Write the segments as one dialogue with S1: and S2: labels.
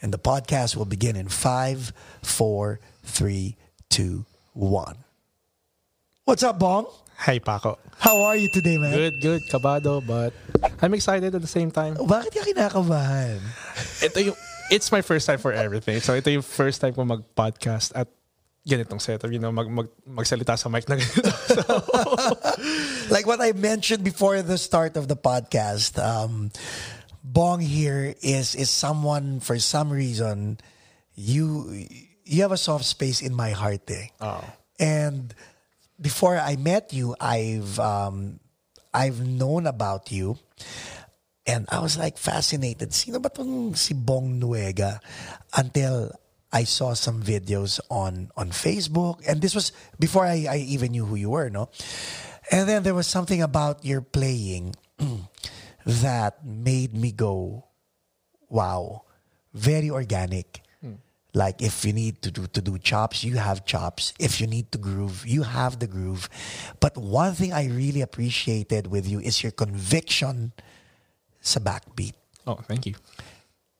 S1: And the podcast will begin in five, four, three, two, one. What's up, Bong?
S2: Hi, Paco.
S1: How are you today, man?
S2: Good, good. Kabado, but I'm excited at the same time.
S1: Bakit ka kinakabahan?
S2: Ito yung, it's my first time for everything. So ito yung first time ko mag-podcast at ganitong setup. You know, mag, mag, magsalita sa mic na ganito. So,
S1: like what I mentioned before the start of the podcast, um, Bong here is is someone for some reason you you have a soft space in my heart, eh?
S2: Oh.
S1: And before I met you, I've um, I've known about you. And I was like fascinated. Sino ba tong si Bong Nuega? Until I saw some videos on on Facebook, and this was before I, I even knew who you were, no. And then there was something about your playing that made me go, "Wow, very organic." Like if you need to do to do chops, you have chops. If you need to groove, you have the groove. But one thing I really appreciated with you is your conviction sa backbeat
S2: oh, thank you.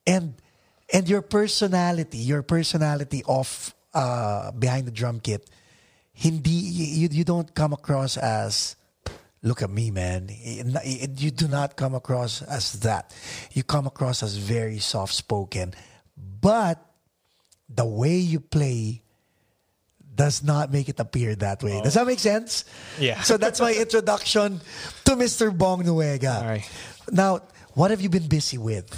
S1: and and your personality, your personality of uh, behind the drum kit, hindi you you don't come across as look at me, man. You do not come across as that. You come across as very soft spoken, but the way you play does not make it appear that way. Does that make sense?
S2: Yeah.
S1: So that's my introduction to Mr. Bong Nuega.
S2: Alright.
S1: Now, what have you been busy with?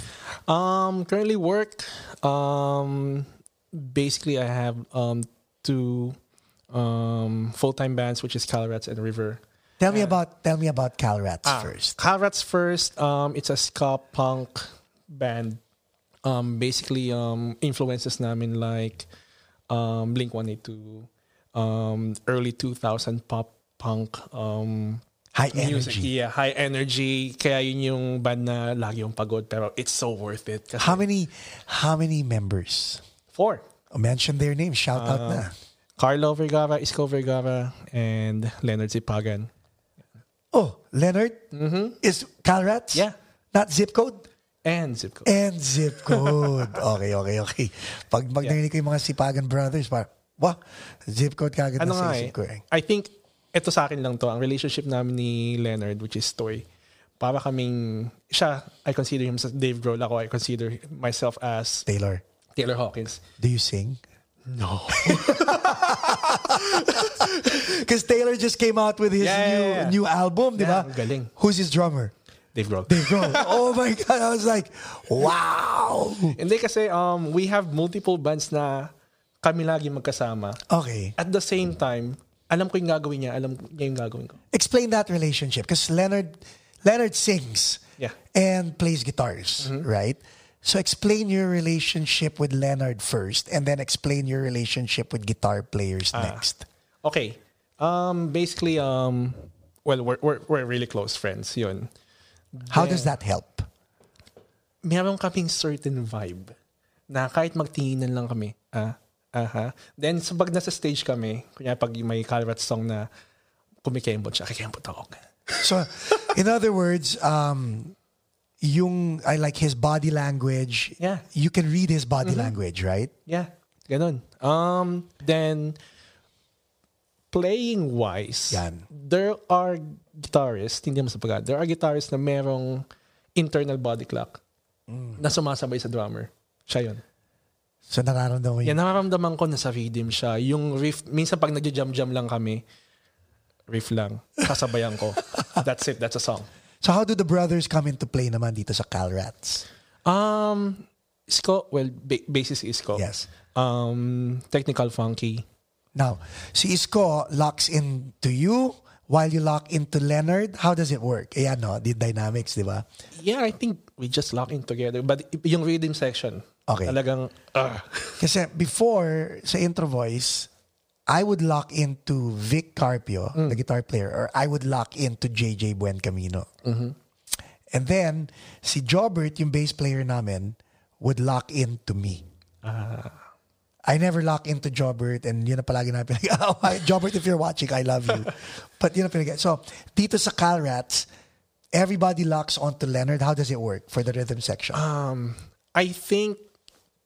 S2: Um, currently work. Um, basically, I have um two um full-time bands, which is Calrats and River.
S1: Tell me about tell me about Calrats
S2: Ah,
S1: first.
S2: Calrats first. Um, it's a ska punk band. Um, basically, um, influences namin like um, Blink 182, um, early 2000 pop punk um,
S1: High
S2: music.
S1: energy.
S2: Yeah, high energy. Kaya yun yung band na lagi yung pagod pero it's so worth it. Kasi
S1: How many how many members? Oh,
S2: Four.
S1: Mention their name. Shout out
S2: Uh,
S1: na.
S2: Carlo Vergara, Isco Vergara, and Leonard Zipagan.
S1: Oh, Leonard is Calrats.
S2: Mm-hmm. Yeah.
S1: Not zip code
S2: And Zipco.
S1: and zip code. okay, okay, okay. Pag pag
S2: Yeah.
S1: narinig ko yung mga Sipagan brothers, par wah, zip code kagad na
S2: ano
S1: sa
S2: nga eh,
S1: isip ko. Eh.
S2: I think, ito sa akin lang to, ang relationship namin ni Leonard, which is Toy, para kaming, siya, I consider him as Dave Grohl. Ako, I consider myself as
S1: Taylor,
S2: Taylor Hawkins.
S1: do you sing?
S2: No.
S1: Because Taylor just came out with his
S2: Yeah,
S1: new
S2: yeah, yeah.
S1: new album, di ba?
S2: Yeah, ang galing.
S1: Who's his drummer?
S2: Dave Grohl.
S1: Dave Grohl. oh my God, I was like, wow.
S2: Hindi kasi, um, we have multiple bands na kami lagi magkasama.
S1: Okay.
S2: At the same time, alam ko yung gagawin niya, alam niya yung gagawin ko.
S1: explain that relationship because Leonard Leonard sings
S2: Yeah. Mm-hmm.
S1: and plays guitars, right? So explain your relationship with Leonard first, and then explain your relationship with guitar players
S2: Ah.
S1: next.
S2: Okay. Um, basically, um, well, we're, we're, we're really close friends. Yun.
S1: How does that help?
S2: meron kaming certain vibe na kahit magtinginan lang kami, ah, aha. Then, sa pag nasa stage kami, kunya pag may Calvert song na kumikembot siya, kikembot ako.
S1: So, in other words, um, yung I like his body language.
S2: Yeah. Mm-hmm.
S1: you can read his body language, right?
S2: Yeah, ganun. Um, then, playing wise,
S1: Yan.
S2: there are guitarists, hindi mo sa pagka, there are guitarists na merong internal body clock na sumasabay sa drummer. Siya yun.
S1: So nararamdaman mo yun.
S2: Yan, nararamdaman ko na sa rhythm siya. Yung riff, minsan pag nagja-jam-jam lang kami, riff lang, sasabayan ko. That's it, that's a song.
S1: So how do the brothers come into play naman dito sa Calrats?
S2: Um, Isko, well, ba- basis Isko.
S1: Yes.
S2: Um, technical funky.
S1: Now, si Isko locks into you while you lock into Leonard. How does it work? Ayan, no? The dynamics, di ba?
S2: Yeah, I think we just lock in together. But y- yung rhythm section,
S1: Okay.
S2: talagang, ah.
S1: Kasi before, sa intro voice, I would lock into Vic Carpio, the guitar player, or I would lock into JJ Buen Camino. And then, si Jobert, yung bass player namin, would lock into me. I never lock into Jobert and yun na palagi namin pinag Jobert, if you're watching, I love you. But yun na pinag So, dito sa Calrats, everybody locks onto Leonard. How does it work for the rhythm section?
S2: um, I think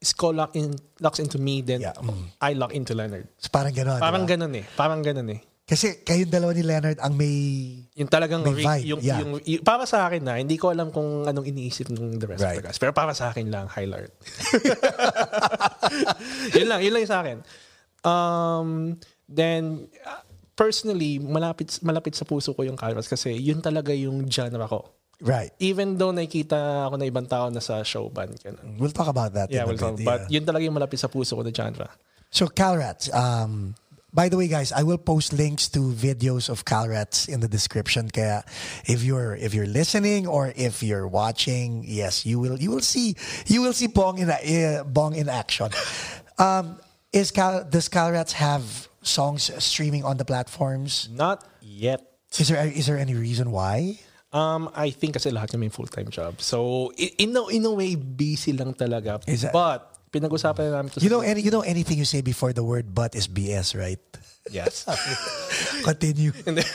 S2: Sko lock in, locks into me, then
S1: Yeah.
S2: I lock into Leonard.
S1: So parang gano'n.
S2: Parang
S1: diba?
S2: ganun eh. Parang ganun eh.
S1: Kasi kayong dalawa ni Leonard ang may...
S2: Yung talagang
S1: May
S2: re-
S1: vibe,
S2: yung,
S1: yeah.
S2: yung, y- para sa akin na, hindi ko alam kung anong iniisip ng the rest of the
S1: Right.
S2: guys. Pero para sa akin lang, highlight. yun lang, yun lang yung sa akin. Um, then, uh, personally, malapit, malapit sa puso ko yung Calvas kasi yun talaga yung genre ko.
S1: Right.
S2: Even though nakikita ako na ibang tao na sa show band. Ganun.
S1: We'll talk about that.
S2: Yeah,
S1: in a
S2: well,
S1: bit,
S2: but
S1: yeah.
S2: yun talaga yung malapit sa puso ko na genre.
S1: So Calrats, um, by the way guys, I will post links to videos of Calrats in the description. Kaya if you're if you're listening or if you're watching, yes, you will you will see you will see Bong in a- uh, Bong in action. Um, is Cal does Calrats have songs streaming on the platforms?
S2: Not yet.
S1: Is there is there any reason why?
S2: Um, I think kasi lahat namin full-time job. So, i- in a, in a way, busy lang talaga.
S1: Is that-
S2: But, pinag-usapan na namin ito.
S1: You
S2: sa-
S1: know any you know anything you say before the word but is BS, right?
S2: Yes.
S1: Continue.
S2: And then-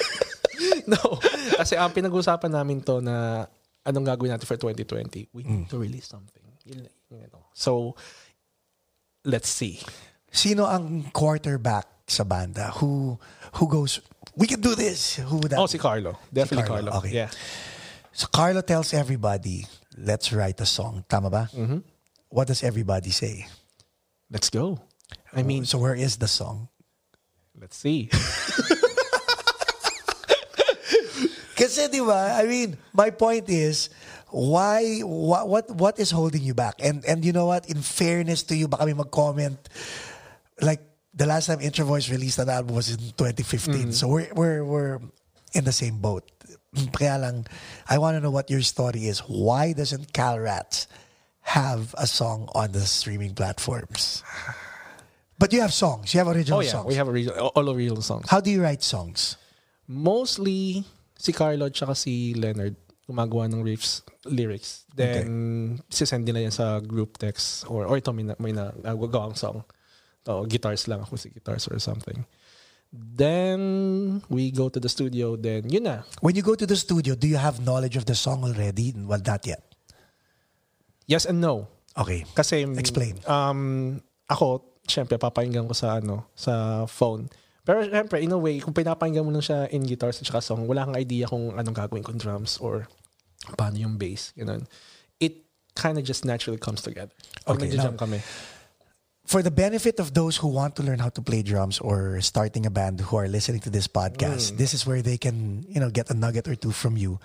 S2: no. Kasi ang pinag-usapan namin to na anong gagawin natin for 2020, we
S1: Mm.
S2: need to release something. Yun, yun, ano. So, let's see.
S1: Sino ang quarterback sa banda? Who who goes, we can do this. Who would that?
S2: Oh, si Carlo. Definitely
S1: Carlo,
S2: Carlo.
S1: okay.
S2: Yeah.
S1: so Carlo tells everybody, let's write a song. Tama ba?
S2: Mm-hmm.
S1: What does everybody say?
S2: Let's go. I mean,
S1: So where is the song?
S2: let's see.
S1: Kasi di ba, I mean, my point is, why, what, what, what is holding you back? And, and you know what, in fairness to you, baka may mag-comment, like, the last time Introvoice released an album was in
S2: Mm.
S1: 2015. So we're, we're, we're in the same boat. Kaya lang, I want to know what your story is. Why doesn't Calrat have a song on the streaming platforms? But you have songs. You have original
S2: Oh, yeah.
S1: songs.
S2: We have original, all original songs.
S1: How do you write songs?
S2: mostly si Carlo at saka si Leonard gumagawa ng riffs, lyrics. Then, sisend nila yan sa group text or, or ito, may, na, may na, nagagawa ang song. To, guitars lang ako si guitars or something. Then, we go to the studio. Then, yun na.
S1: When you go to the studio, do you have knowledge of the song already? Well, not yet.
S2: Yes and no.
S1: Okay.
S2: Kasi, mm,
S1: Explain.
S2: Um, ako, syempre, papakinggan ko sa, ano, sa phone. Pero syempre, in a way, kung pinapakinggan mo lang siya in guitars at saka song, wala kang idea kung anong gagawin kung drums or paano yung bass. Ganun. It kind of just naturally comes together. Pag
S1: Okay,
S2: okay,
S1: now-
S2: jam kami.
S1: For the benefit of those who want to learn how to play drums or starting a band who are listening to this podcast, this is where they can, you know, get a nugget or two from you.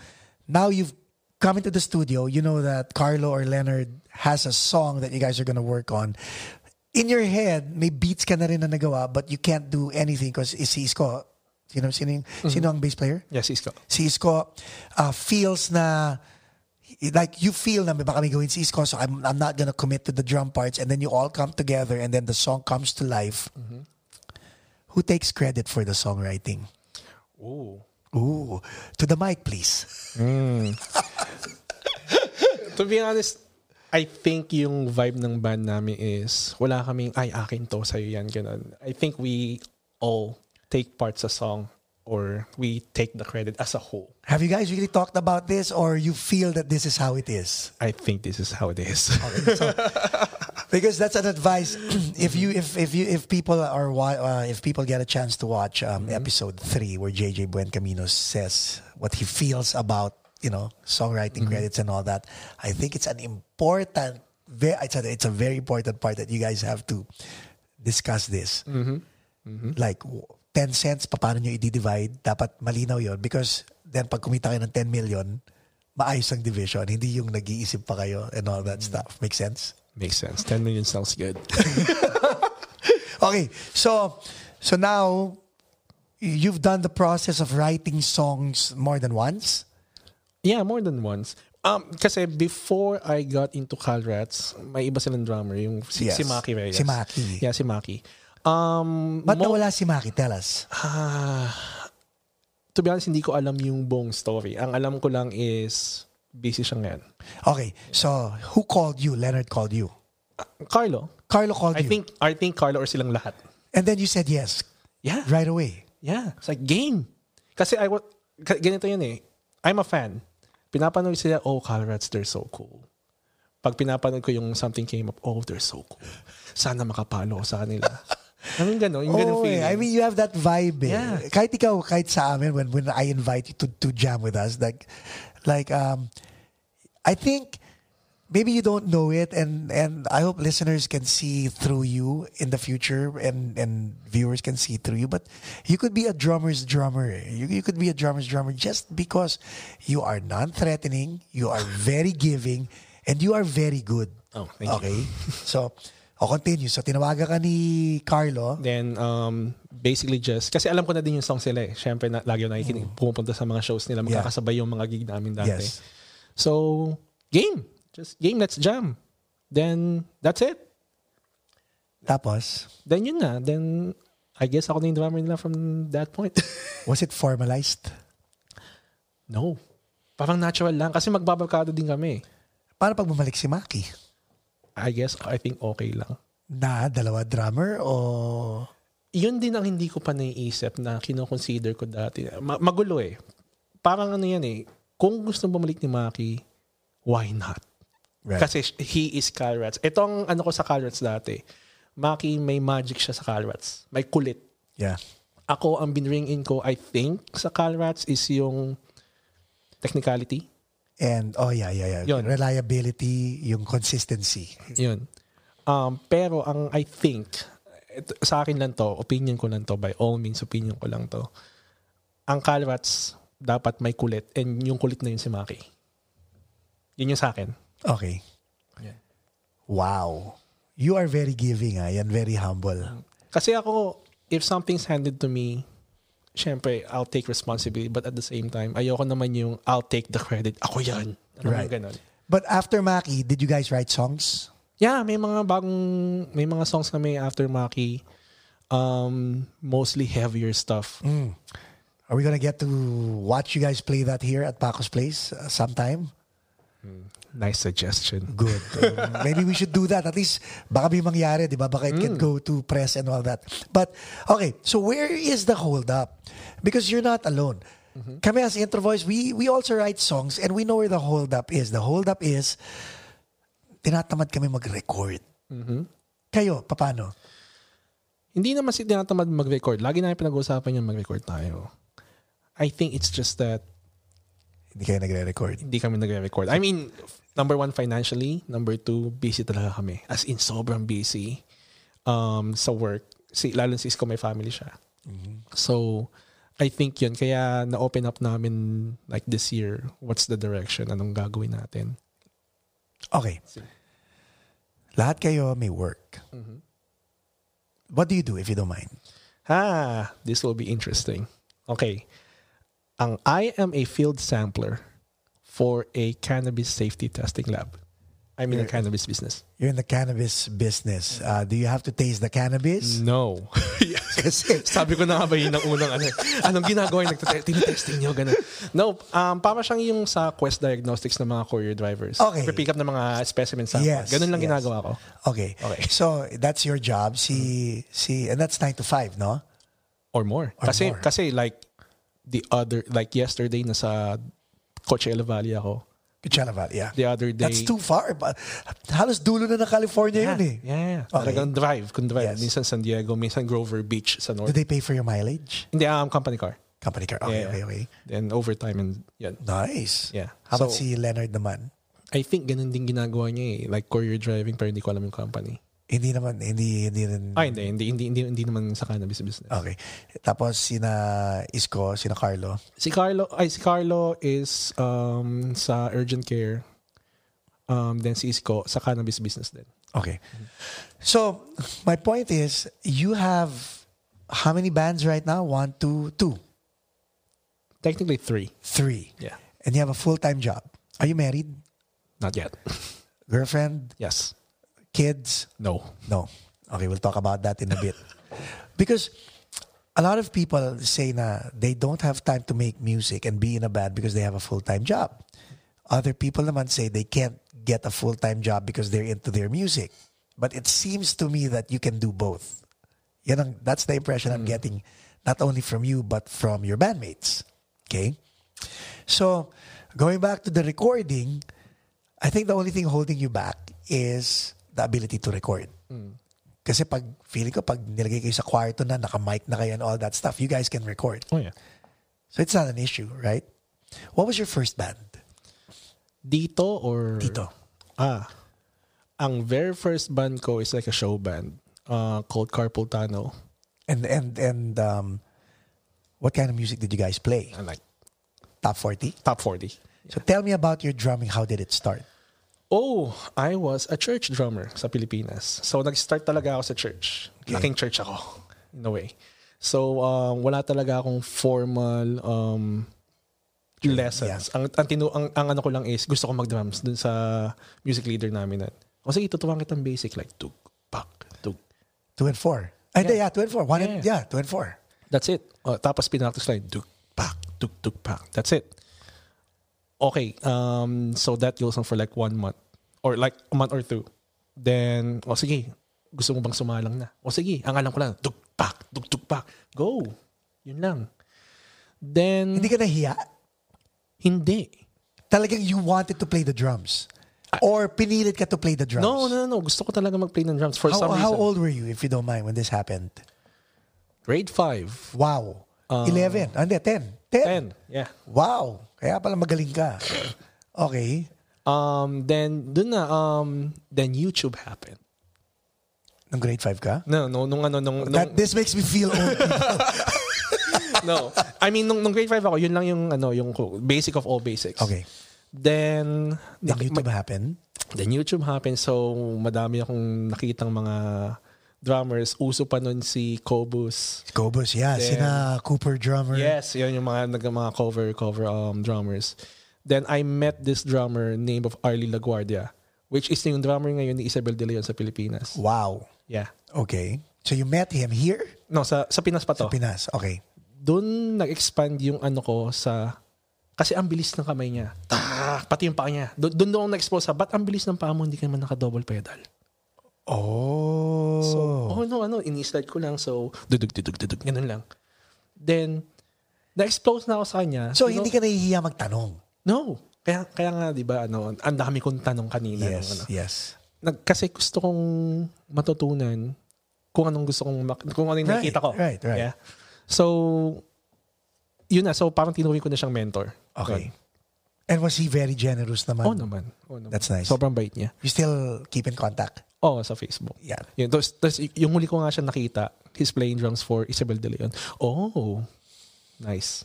S1: Now you've come into the studio, you know that Carlo or Leonard has a song that you guys are going to work on. In your head, may beats ka na rin na nagawa, but you can't do anything because si Isko, sino, sino, yung- sino ang bass player?
S2: Yes, Isko.
S1: si Isko uh, feels na like you feel na may baka may gawin si Isko so I'm, I'm not gonna commit to the drum parts and then you all come together and then the song comes to life who takes credit for the songwriting
S2: Ooh.
S1: ooh to the mic please
S2: To be honest, I think yung vibe ng band namin is wala kaming ay akin to sa'yo yan ganun. I think we all take part sa song or we take the credit as a whole.
S1: have you guys really talked about this or you feel that this is how it is
S2: I think this is how it is.
S1: because that's an advice if you if if you if people are wa- uh, if people get a chance to watch um, episode 3 where JJ Buencamino says what he feels about you know songwriting credits and all that i think it's an important ve- it's a, it's a very important part that you guys have to discuss this like w- 10 cents pa paano nyo i-divide dapat malinaw yon because then pag kumita kayo ng 10 million maayos ang division hindi yung nag-iisip pa kayo and all that stuff make sense
S2: Makes sense. 10 million sounds good.
S1: Okay, so so now you've done the process of writing songs more than once.
S2: yeah, more than once. Um, kasi before I got into Calrats, may iba silang drummer, yung si,
S1: Yes.
S2: si Maki Reyes.
S1: Si Maki.
S2: Yeah, si Maki. Um,
S1: Ba't
S2: mo-
S1: nawala si Maki? Tell us.
S2: Ah, to be honest, hindi ko alam yung buong story. Ang alam ko lang is busy siya ngayon.
S1: Okay, so who called you? Leonard called you.
S2: Carlo,
S1: Carlo called
S2: I
S1: you.
S2: think I think Carlo or silang lahat.
S1: and then you said yes
S2: Yeah.
S1: right away.
S2: Yeah. It's like game. Kasi I was ganito yun eh. I'm a fan. Pinapanood sila, oh, Calrats, they're so cool. pag pinapanood ko yung Something Came Up, oh, they're so cool. Sana makapalo ako sa kanila. I mean, gano'n. Yung
S1: Oh,
S2: gano'ng
S1: eh.
S2: feeling.
S1: I mean, you have that vibe. Eh.
S2: Yeah.
S1: Kahit ikaw, kahit sa amin, when, when I invite you to, to jam with us, like, like um, I think maybe you don't know it, and, and I hope listeners can see through you in the future, and, and viewers can see through you. But you could be a drummer's drummer. eh. You, you could be a drummer's drummer just because you are non-threatening, you are very giving, and you are very good.
S2: Oh, thank you.
S1: okay? so, o continue. So, tinawagan ka ni Carlo.
S2: Then, um, basically just, kasi alam ko na din yung songs nila eh. Siyempre, na, lagi ako nakikinig, pumupunta sa mga shows nila,
S1: Mm. Yeah.
S2: magkakasabay yung mga gig namin dati.
S1: Yes.
S2: So, game. Just game, let's jam. Then, that's it.
S1: Tapos,
S2: Then yun na. Then, I guess ako na yung drummer nila from that point.
S1: was it formalized?
S2: no. Parang natural lang. Kasi magbabarkada din kami.
S1: Paano pag bumalik si Maki?
S2: I guess, I think okay lang.
S1: Na dalawa drummer o...
S2: Yun din ang hindi ko pa naiisip na kinoconsider ko dati. Ma- magulo eh. Parang ano yan eh. Kung gusto bumalik ni Maki, why not? Kasi sh- he is Calrats. Itong ano ko sa Calrats dati, Maki may magic siya sa Calrats. May kulit.
S1: yeah.
S2: Ako, ang binring in ko, I think, sa Calrats is yung technicality.
S1: And, oh yeah, yeah, yeah.
S2: Yun.
S1: Reliability, yung consistency.
S2: Yun. Um, pero ang I think, et- sa akin lang to, opinion ko lang to, by all means, opinion ko lang to. Ang Calvats, dapat may kulit. And yung kulit na yun si Maki. Yun yung sa akin.
S1: Okay.
S2: Yeah.
S1: Wow. You are very giving, ah. Yan, very humble.
S2: Kasi ako, if something's handed to me, syempre, I'll take responsibility. But at the same time, ayoko naman yung I'll take the credit. Ako yan. Ano
S1: Right.
S2: Ganun.
S1: But after Maki, did you guys write songs?
S2: Yeah, may mga bagong, may mga songs kami after Maki. Um, mostly heavier stuff.
S1: Are we gonna get to watch you guys play that here at Paco's Place uh, sometime?
S2: Nice suggestion.
S1: Good. Um, maybe we should do that. At least, baka may mangyari, di ba? Baka it can go to press and all that. But, okay, so where is the holdup? Because you're not alone. Kami as Intro Voice, we, we also write songs and we know where the holdup is. The holdup is, tinatamad kami mag-record. Kayo, papano?
S2: Hindi naman si tinatamad mag-record. Lagi namin pinag-uusapan yung mag-record tayo. I think it's just that
S1: Hindi kayo nagre-record.
S2: hindi kami nagre-record. I mean, number one, financially. Number two, busy talaga kami. As in, sobrang busy um, sa work. Si, lalo si Isko may family siya. So, I think yun. Kaya na-open up namin like this year, what's the direction? Anong gagawin natin?
S1: Okay. Lahat kayo may work. What do you do if you don't mind?
S2: Ah, this will be interesting. Okay. Ang I am a field sampler for a cannabis safety testing lab. I'm in the cannabis business.
S1: You're in the cannabis business. Uh, do you have to taste the cannabis?
S2: No.
S1: Kasi
S2: Sabi ko na nga ba yun ang unang ano, anong ginagawa yung nagtete- tinitesting nyo, gano'n. No, um, para siyang yung sa Quest Diagnostics ng mga courier drivers.
S1: Okay.
S2: Pick up ng mga specimen samples.
S1: Yes,
S2: Ganun lang
S1: yes.
S2: ginagawa ko.
S1: Okay.
S2: Okay.
S1: So that's your job. Si si and that's 9 to 5, no?
S2: Or more. kasi,
S1: more.
S2: kasi like the other, like yesterday nasa Coachella Valley ako.
S1: Coachella Valley, yeah.
S2: The other day.
S1: That's too far. But halos dulo na ng California
S2: yeah,
S1: yun eh.
S2: Yeah, yeah.
S1: Okay.
S2: Talagang drive. Kung drive.
S1: Yes.
S2: Minsan San Diego, minsan Grover Beach sa
S1: Do
S2: North.
S1: they pay for your mileage?
S2: Hindi, um, company car.
S1: Company car. Okay,
S2: Yeah.
S1: okay, okay.
S2: Then overtime and yan.
S1: Nice.
S2: Yeah.
S1: How about
S2: So-
S1: si Leonard naman?
S2: I think ganun din ginagawa niya eh. Like courier driving pero hindi ko alam yung company.
S1: Hindi naman, hindi, hindi rin.
S2: Ah, hindi, hindi, hindi, hindi, hindi naman sa cannabis business.
S1: Okay. Tapos sina Isko, sina Carlo.
S2: Si Carlo, ay, si Carlo is um, sa urgent care. Um, then si Isko sa cannabis business din.
S1: Okay.
S2: Mm-hmm.
S1: So my point is, you have how many bands right now? One, two, two,
S2: Technically three.
S1: three.
S2: Yeah.
S1: And you have a full-time job. Are you married?
S2: Not yet.
S1: Girlfriend?
S2: yes.
S1: kids?
S2: No.
S1: No. Okay, we'll talk about that in a bit. because a lot of people say na they don't have time to make music and be in a band because they have a full-time job. Other people naman say they can't get a full-time job because they're into their music. But it seems to me that you can do both. Yan ang, that's the impression I'm getting not only from you but from your bandmates. Okay? So, going back to the recording, I think the only thing holding you back is the ability to record. Kasi pag, feeling ko, pag nilagay kayo sa kwarto na, naka-mic na kayo and all that stuff, you guys can record.
S2: Oh yeah.
S1: So it's not an issue, right? What was your first band?
S2: Dito or
S1: Dito.
S2: Ah. Ang very first band ko is like a show band uh, called Carpal Tunnel.
S1: And, and, and, um, what kind of music did you guys play?
S2: And like
S1: Top 40?
S2: top 40.
S1: So tell me about your drumming. How did it start?
S2: Oh, I was a church drummer sa Pilipinas. So nag-start talaga ako sa church. Laking church ako in a way. So um, wala talaga akong formal um, lessons. Ang, ang, tinu- ang, ang ano ko lang is gusto ko mag-drums dun sa music leader namin. At, o sige, tutuwang kitang basic like tug, pak, tug.
S1: Two and four. Ay, yeah. yeah, two and four. One yeah. And, yeah, two and four.
S2: That's it. Uh, tapos pinractice lang, dug, pak, dug, dug, pak. That's it. Okay, um, so that goes on for like one month. Or like a month or two. Then, o sige, gusto mo bang sumalang na? O sige, ang alam ko lang, dug, pak, dug, dug, pak. Go. Yun lang. Then,
S1: Hindi
S2: hindi.
S1: ka nahiya? Talagang you wanted to play the drums? Or pinilit ka to play the drums?
S2: No, no, no, no. Gusto ko talaga mag-play ng drums for
S1: How,
S2: some
S1: how
S2: reason.
S1: old were you, if you don't mind, when this happened?
S2: Grade 5.
S1: Wow.
S2: Um,
S1: 11. Hindi, 10. 10.
S2: 10. Yeah.
S1: Wow. Kaya pala magaling ka. Okay.
S2: Um, then, dun na, um, then YouTube happened.
S1: Nung grade 5 ka?
S2: No, no, nung ano, nung, nung,
S1: That, this makes me feel old.
S2: no. I mean, nung, nung grade 5 ako, yun lang yung, ano, yung ko- basic of all basics.
S1: Okay.
S2: Then,
S1: Did
S2: naki-
S1: YouTube happen?
S2: then YouTube happened. So, madami akong nakitang mga drummers. Uso pa nun si Kobus.
S1: Gobus, yeah.
S2: Then-
S1: Sina Cooper drummer.
S2: Yes, yun yung mga, nag- mga cover, cover um, drummers. Then, I met this drummer named of Arlie LaGuardia, which is yung drummer ngayon ni Isabel De Leon sa Pilipinas.
S1: Wow.
S2: Yeah.
S1: Okay. So you met him here?
S2: No, sa, sa Pinas pa to.
S1: Pinas. Okay.
S2: doon nag-expand yung ano ko sa kasi ang bilis ng kamay niya. Tak! Pati yung paa niya. Doon doon ako na-expose sa, ba't ang bilis ng paa mo, hindi ka naman naka-double pedal?
S1: Oh.
S2: So, oh, no, ano, ini-slide ko lang. So, dudug, dudug, dudug, ganun lang. Then, na-expose na ako sa kanya.
S1: So,
S2: You
S1: hindi ka nahihiya magtanong.
S2: know, No. Kaya, kaya nga, di ba, ano, ang dami kong tanong kanina. nung ano.
S1: yes.
S2: Nag, kasi gusto kong matutunan kung anong gusto kong mak- kung ano yung
S1: Right,
S2: nakikita ko.
S1: right, right.
S2: Yeah. So, yun na. So, parang tinuwi ko na siyang mentor.
S1: Okay. And was he very generous naman?
S2: Oh naman. Oh naman.
S1: Ano? That's nice.
S2: Sobrang bait niya.
S1: You still keep in contact?
S2: Oh, sa Facebook.
S1: Yeah.
S2: Yun, tapos, tapos y- yung huli ko nga siya nakita, he's playing drums for Isabel De Leon. Oh, nice.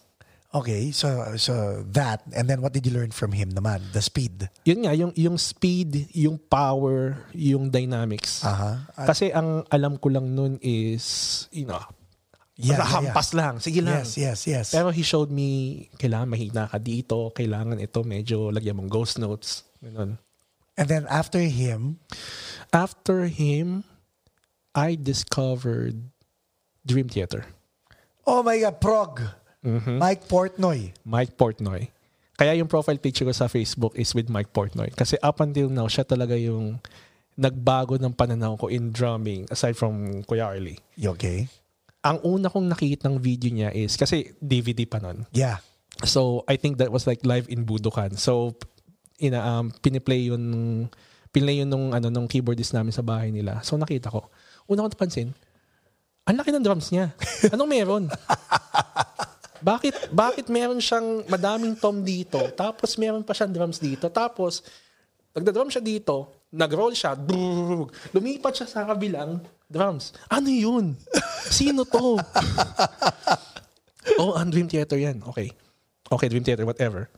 S1: Okay, so so that and then what did you learn from him naman? The speed.
S2: Yun nga, yung, yung speed, yung power, yung dynamics.
S1: Aha. Uh,
S2: Kasi ang alam ko lang nun is, you know,
S1: Yeah, yeah,
S2: hampas lang. Sige lang.
S1: yes, yes, yes.
S2: Pero he showed me, kailangan mahina ka dito, kailangan ito, medyo lagyan mong ghost notes. Ganun.
S1: And then after him,
S2: After him, I discovered Dream Theater.
S1: oh my god, prog.
S2: Mm-hmm.
S1: Mike Portnoy.
S2: Mike Portnoy. Kaya yung profile picture ko sa Facebook is with Mike Portnoy. Kasi up until now, siya talaga yung nagbago ng pananaw ko in drumming aside from Kuya Arlie.
S1: You okay?
S2: Ang una kong nakita ng video niya is, kasi DVD pa nun.
S1: Yeah.
S2: So, I think that was like live in Budokan. So, ina, um, piniplay yun, nung- pinlay yun nung, ano, nung keyboardist namin sa bahay nila. So, nakita ko. Una ko napansin, ang laki ng drums niya. Anong meron? bakit, bakit meron siyang madaming tom dito, tapos meron pa siyang drums dito, tapos nagda-drum siya dito, nag-roll siya, brrrr, lumipat siya sa kabilang drums. Ano yun? Sino to? oh, ang Dream Theater yan. Okay. Okay, Dream Theater, whatever.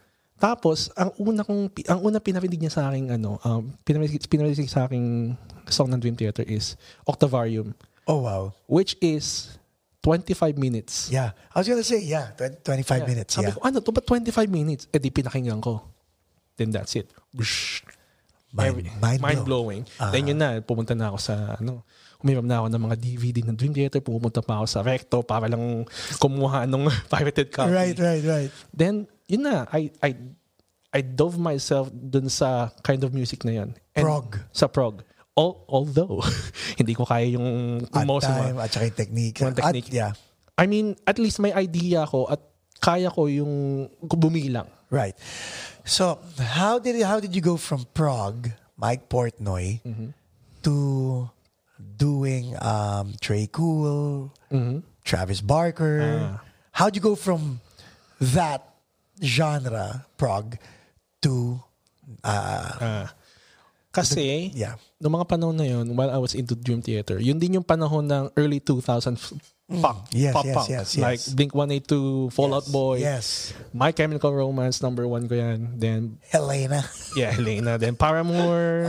S2: Tapos, ang una kong, pi- ang una pinarinig niya sa akin, ano, um, pinarinig, pinarinig sa akin song ng Dream Theater is Octavarium,
S1: Oh wow.
S2: which is 25 minutes.
S1: Yeah. I was gonna say yeah. 20, 25
S2: Yeah.
S1: minutes. Yeah.
S2: Sabi ko, ano to? Ba't 25 minutes? Eh di pinakinggan ko. Then that's it. Bsh. Every-
S1: mind
S2: mind-blowing.
S1: Ah.
S2: Then yun na, pumunta na ako sa, ano, umiram na ako ng mga DVD ng Dream Theater, pumunta pa ako sa Recto para lang kumuha ng pirated copy.
S1: Right, right, right.
S2: Then, yun na, I, I, I dove myself dun sa kind of music na yun. And-
S1: Prog.
S2: Sa prog. Al- although, hindi ko kaya yung
S1: At
S2: most
S1: time, at saka yung technique.
S2: Yung technique.
S1: At, yeah.
S2: I mean, at least may idea ko at kaya ko yung bumilang.
S1: Right. So how did how did you go from Prague, Mike Portnoy, to doing um, Trey Cool, Travis Barker? How'd you go from that genre Prague to uh,
S2: Kasi,
S1: Ah. yeah?
S2: noong mga panahon na yun, while I was into Dream Theater, yun din yung panahon ng early 2000 f- punk,
S1: Mm. Yes,
S2: pop
S1: yes,
S2: punk.
S1: yes, yes.
S2: Like Blink-182, Fallout Boy.
S1: Yes,
S2: My Chemical Romance, number one ko yan. Then,
S1: Helena.
S2: yeah, Helena. Then Paramore,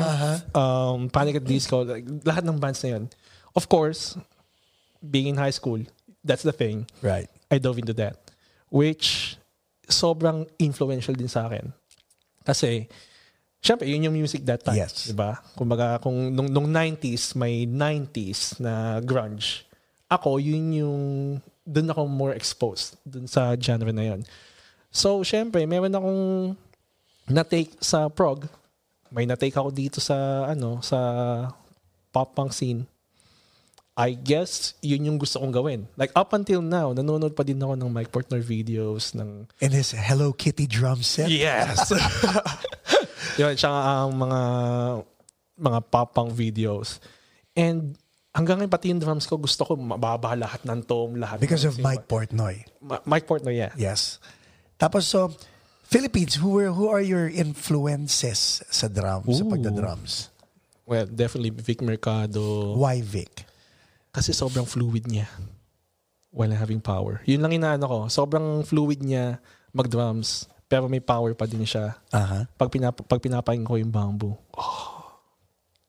S2: um, Panic! At the Disco. Like, lahat ng bands na yun. Of course, being in high school, that's the thing.
S1: Right.
S2: I dove into that. Which, sobrang influential din sa akin. Kasi, syempre, yun yung music that time.
S1: Yes.
S2: Diba? Kung baga, kung nung, nung 90s, may 90s na grunge. Ako, yun yung, dun ako more exposed dun sa genre na yun. So, syempre, meron akong na-take sa prog. May na-take ako dito sa, ano, sa pop-punk scene. I guess, yun yung gusto kong gawin. Like, up until now, nanonood pa din ako ng Mike Portner videos, ng
S1: And his Hello Kitty drum set.
S2: Yes. Yun, siya ang mga mga papang videos. And hanggang ngayon pati yung drums ko gusto ko mababa lahat ng tone, lahat.
S1: Because
S2: ng
S1: of
S2: simba.
S1: Mike Portnoy.
S2: Ma- Mike Portnoy, yeah.
S1: Yes. Tapos so, Philippines, who were who are your influences sa drum, sa
S2: Ooh.
S1: pagda-drums?
S2: Well, definitely Vic Mercado
S1: Why Vic?
S2: kasi sobrang fluid niya while having power. Yun lang inaano ko, sobrang fluid niya mag-drums pero may power pa din siya.
S1: Uh-huh.
S2: Pag, pinap- pag pinapain ko yung bamboo,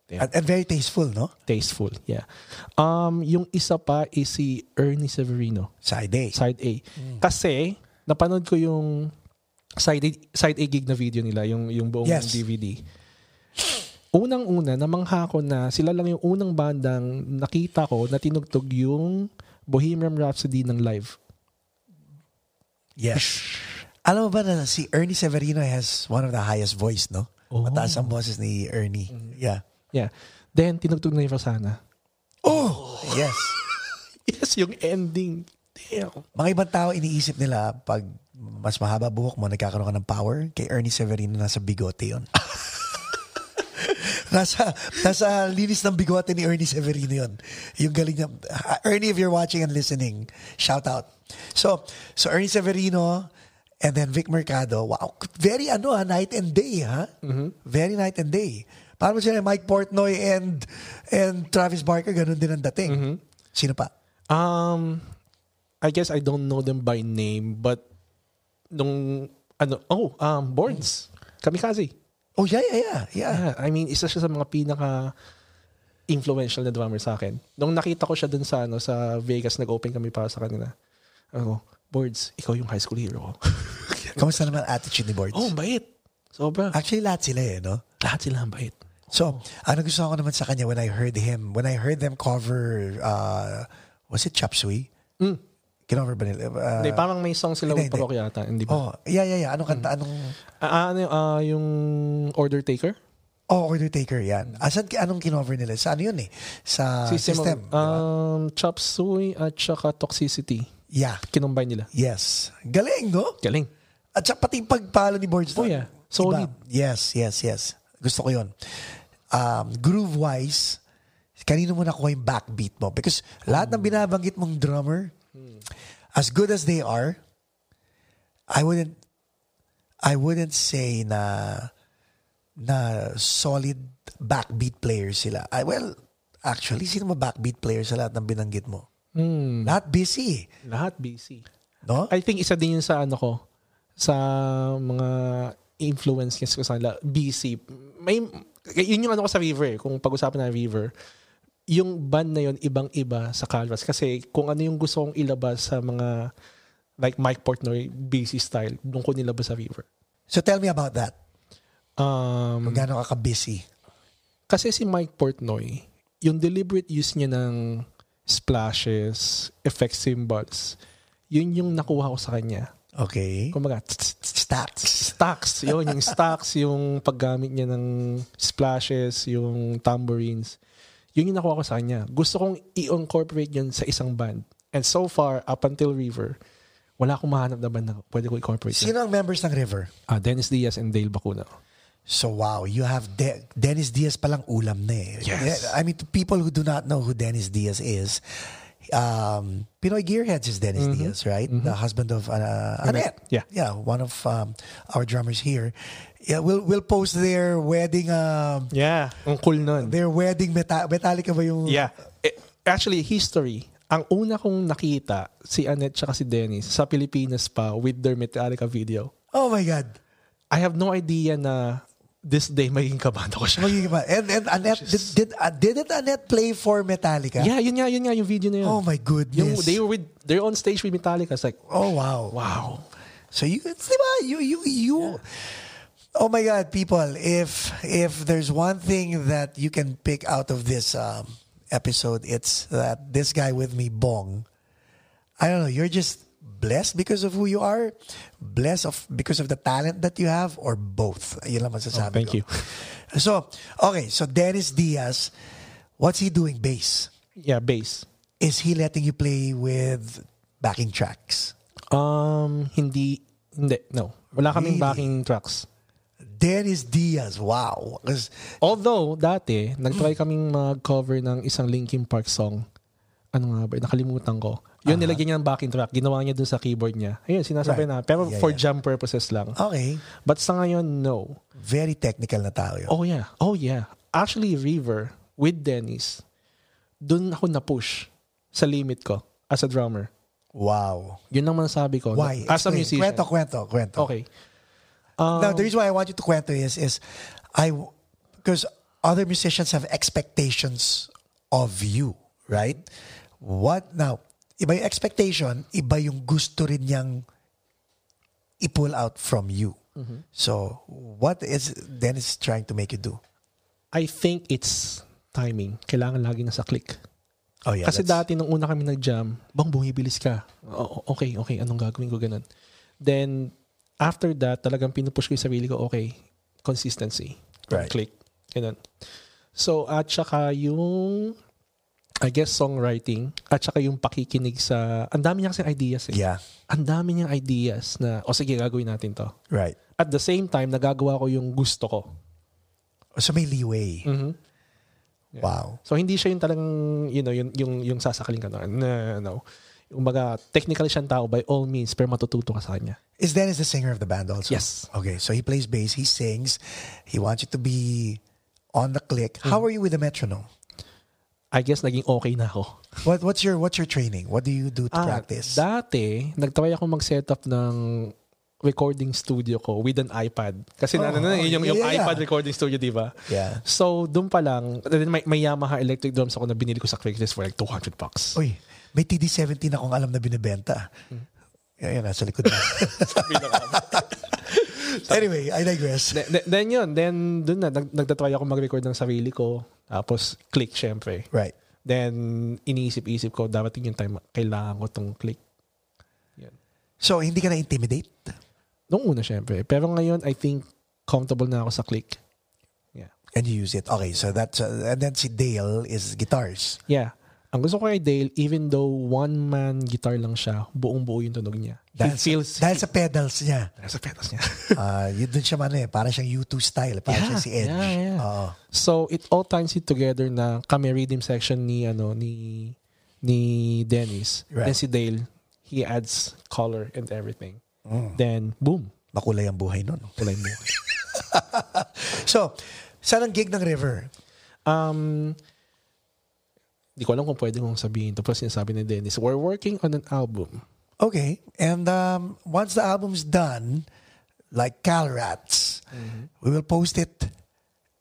S1: And, and very tasteful, no?
S2: tasteful, yeah. Um, yung isa pa is si Ernie Severino.
S1: Side A.
S2: side A. Kasi napanood ko yung side A, side A gig na video nila, yung yung buong
S1: Yes.
S2: DVD. Unang-una, namangha ko na sila lang yung unang bandang nakita ko na tinugtog yung Bohemian Rhapsody ng live.
S1: Yes. Alam mo ba na si Ernie Severino has one of the highest voice, no?
S2: Oh.
S1: Mataas ang boses ni Ernie. Yeah.
S2: Yeah. Then, tinugtog na yung Rosana.
S1: Oh! Yes.
S2: Yes, yung ending. Damn.
S1: Mga ibang tao iniisip nila pag mas mahaba buhok mo, nagkakaroon ka ng power. Kay Ernie Severino, nasa bigote yun. nasa, nasa linis ng bigote ni Ernie Severino yun. Yung galing niya. uh, Ernie, if you're watching and listening, shout out. So, so Ernie Severino, and then Vic Mercado. Wow, very ano ha, night and day ha? Very night and day. Paano sila Mike Portnoy and and Travis Barker, ganun din ang dating. Sino pa?
S2: Um, I guess I don't know them by name, but nung, ano, oh, um, Borns. Kamikaze.
S1: Oh, yeah, yeah, yeah. yeah.
S2: Yeah, Ah, I mean, isa siya sa mga pinaka influential na drummer sa akin. Nung nakita ko siya dun sa ano sa Vegas, nag-open kami para sa kanila. Ako, Boards, ikaw yung high school hero ko.
S1: Kamusta naman attitude ni Boards?
S2: oh, ang bait. Sobra.
S1: Actually, lahat sila eh, no?
S2: Lahat sila ang bait.
S1: So,
S2: Oh.
S1: ano gusto ko naman sa kanya when I heard him, when I heard them cover, uh, was it Chop Suey?
S2: Mm.
S1: Kinover ba nila? Uh,
S2: Hindi, parang may Mm. song sila
S1: hindi,
S2: with parokya yata. Ah, Hindi ba?
S1: oh, yeah, yeah, yeah. Anong kanta? Anong,
S2: Ah, ano, yung- ah, yung Order Taker?
S1: oh, Order Taker, yan.
S2: Mm.
S1: Asan, anong kinover nila? Sa ano yun eh? Sa
S2: Ah, System of-
S1: system.
S2: um, Chop Suey at saka Toxicity.
S1: yeah.
S2: Kinumbine nila.
S1: Yes. Galing, no?
S2: Galing.
S1: At saka pati yung pagpalo ni Boards.
S2: Oh, yeah. Solid.
S1: Iba. Yes, yes, yes. Gusto ko yun. Um, groove-wise, kanino mo nakuha yung backbeat mo? Because lahat ng binabanggit mong drummer, as good as they are, I wouldn't I wouldn't say na na solid backbeat players sila. I, well, actually, sino mga backbeat players sa lahat ng binanggit mo?
S2: Mm.
S1: Lahat busy,
S2: Lahat busy.
S1: no?
S2: I think isa din yun sa ano ko, sa mga influences ko sa nila, BC. May, yun yung ano ko sa River, eh, kung pag-usapan na River. Yung band na yun, ibang-iba sa Calvas. Kasi kung ano yung gusto kong ilabas sa mga like Mike Portnoy, BC style, doon ko nilabas sa River.
S1: So tell me about that.
S2: Um,
S1: Kung gaano ka ka-busy.
S2: Kasi si Mike Portnoy, yung deliberate use niya ng splashes, effect symbols, yun yung nakuha ko sa kanya.
S1: Okay.
S2: Kumbaga,
S1: Stacks.
S2: stacks. Yun, yung stacks, yung paggamit niya ng splashes, yung tambourines. Yun yung nakuha ko sa kanya. Gusto kong i-incorporate yun sa isang band. And so far, up until River, wala akong mahanap na band na pwede ko incorporate. na.
S1: Sino ang members ng River?
S2: Ah, Dennis Diaz and Dale Bakuna.
S1: So wow, you have De- Dennis Diaz palang ulam na eh.
S2: Yes.
S1: I mean, to people who do not know who Dennis Diaz is, um, Pinoy Gearheads is Dennis Diaz, right? The husband of uh, Annette.
S2: Yeah.
S1: Yeah, one of um, our drummers here. Yeah, we'll we'll post their wedding um,
S2: Yeah, ang cool nun.
S1: their wedding meta- Metallica ba yung
S2: Yeah. Eh, Actually, history. Ang una kong nakita, si Annette tsaka si Dennis, sa Pilipinas pa with their Metallica video.
S1: Oh my god.
S2: I have no idea na this day magiging kabanda ko siya.
S1: Magiging ba? And and Annette did did, uh, didn't Annette play for Metallica?
S2: Yeah, yun nga, yun nga yung video na yun.
S1: Oh my
S2: Yung,
S1: goodness.
S2: they were with, they're on stage with Metallica. It's like,
S1: Oh wow.
S2: wow.
S1: So you it's diba? you you you Oh my god, people, if if there's one thing that you can pick out of this um, episode, it's that this guy with me, Bong. I don't know, you're just blessed because of who you are, blessed of because of the talent that you have or both. Yun lang masasabi
S2: Oh, thank
S1: ko.
S2: you.
S1: So, okay, so Dennis Diaz, what's he doing bass?
S2: Yeah, bass.
S1: Is he letting you play with backing tracks?
S2: Um, hindi, hindi, no. Wala
S1: Really?
S2: kaming backing tracks.
S1: Dennis Diaz, wow. 'Cause
S2: Although, dati, nag-try kaming mag-cover ng isang Linkin Park song. Ano nga ba? Nakalimutan ko. Yun, nilagyan niya ng backing track. Ginawa niya dun sa keyboard niya. Ayun, sinasabi
S1: Ah. Right.
S2: na. Pero
S1: Yeah,
S2: for
S1: yeah.
S2: jam purposes lang.
S1: Okay.
S2: But sa ngayon, no.
S1: Very technical na tao yun.
S2: Oh yeah. Oh yeah. Actually, River with Dennis, dun ako na-push sa limit ko as a drummer.
S1: Wow.
S2: Yun ang masasabi ko.
S1: Why?
S2: As a
S1: Explain.
S2: musician.
S1: Kwento, kwento, kwento.
S2: Okay. Um,
S1: Now, the reason why I want you to kwento is, is I, because other musicians have expectations of you, right? What, now, iba yung expectation, iba yung gusto rin niyang i-pull out from you.
S2: Mm-hmm.
S1: So, what is Dennis trying to make you do?
S2: I think it's timing. Kailangan lagi nasa click.
S1: Oh, yeah.
S2: Kasi
S1: that's-
S2: dati nung una kami nag-jam, bang bumibilis ka. Oo, okay, okay, anong gagawin ko ganun. Then, after that, talagang pinupush ko yung sarili ko, okay, consistency.
S1: Right.
S2: Click. Ganun. So, at saka yung, I guess, songwriting, at saka yung pakikinig sa, ang dami niya kasi ideas eh.
S1: Yeah,
S2: Ang dami niyang ideas na, o sige, gagawin natin to.
S1: right.
S2: At the same time, nagagawa ko yung gusto ko.
S1: So, may leeway.
S2: Mm-hmm.
S1: Wow.
S2: So hindi siya yung talagang you know yung yung yung sasakalin ka na no no. Kumbaga technical siyang tao by all means pero matututo ka sa kanya.
S1: Is Dennis the singer of the band also?
S2: Yes.
S1: Okay, so he plays bass, he sings, he wants you to be on the click.
S2: Mm.
S1: How are you with the metronome?
S2: I guess naging okay na ako.
S1: What what's your what's your training? What do you do
S2: Ah,
S1: to practice?
S2: Dati, nagtry ako mag-setup ng recording studio ko with an iPad. Kasi na,
S1: Oh,
S2: na, na, yun yung, yung
S1: yeah.
S2: iPad recording studio, di ba?
S1: Yeah.
S2: So, doon pa lang, then may, may Yamaha electric drums ako na binili ko sa Craigslist for like 200 bucks.
S1: Uy, may TD-17 akong alam na binibenta.
S2: Mm.
S1: Ayan, nasa likod na. anyway, I digress.
S2: Then, then- then yun, then doon na, nag, nagtatry ako mag-record ng sarili ko. Tapos, click syempre.
S1: Right.
S2: Then, iniisip-isip ko, dapat yung time, kailangan ko tong click. Yan.
S1: So, hindi ka na-intimidate?
S2: Nung una, syempre. Pero ngayon, I think, comfortable na ako sa click. Yeah.
S1: And you use it. Okay, so that's... uh, and then si Dale is guitars.
S2: Yeah. Ang gusto ko kay Dale, even though one-man guitar lang siya, buong-buo yung tunog niya.
S1: Dahil,
S2: He feels...
S1: sa, dahil sa pedals niya.
S2: Dahil sa pedals niya.
S1: Ah, yun dun siya man eh. Parang siyang U2 style. Parang siya si Edge.
S2: yeah, yeah.
S1: Oo.
S2: so, it all times it together na kami rhythm section ni, ano, ni, ni Dennis.
S1: Right.
S2: Then si Dale, he adds color and everything. Then, boom.
S1: Makulay ang buhay nun.
S2: Kulay mo.
S1: So, saan ang gig ng River?
S2: Um, di ko alam kung pwede kong sabihin ito, pero sinasabi ni Dennis, we're working on an album.
S1: Okay. And um, once the album's done, like Calrats,
S2: Mm-hmm.
S1: we will post it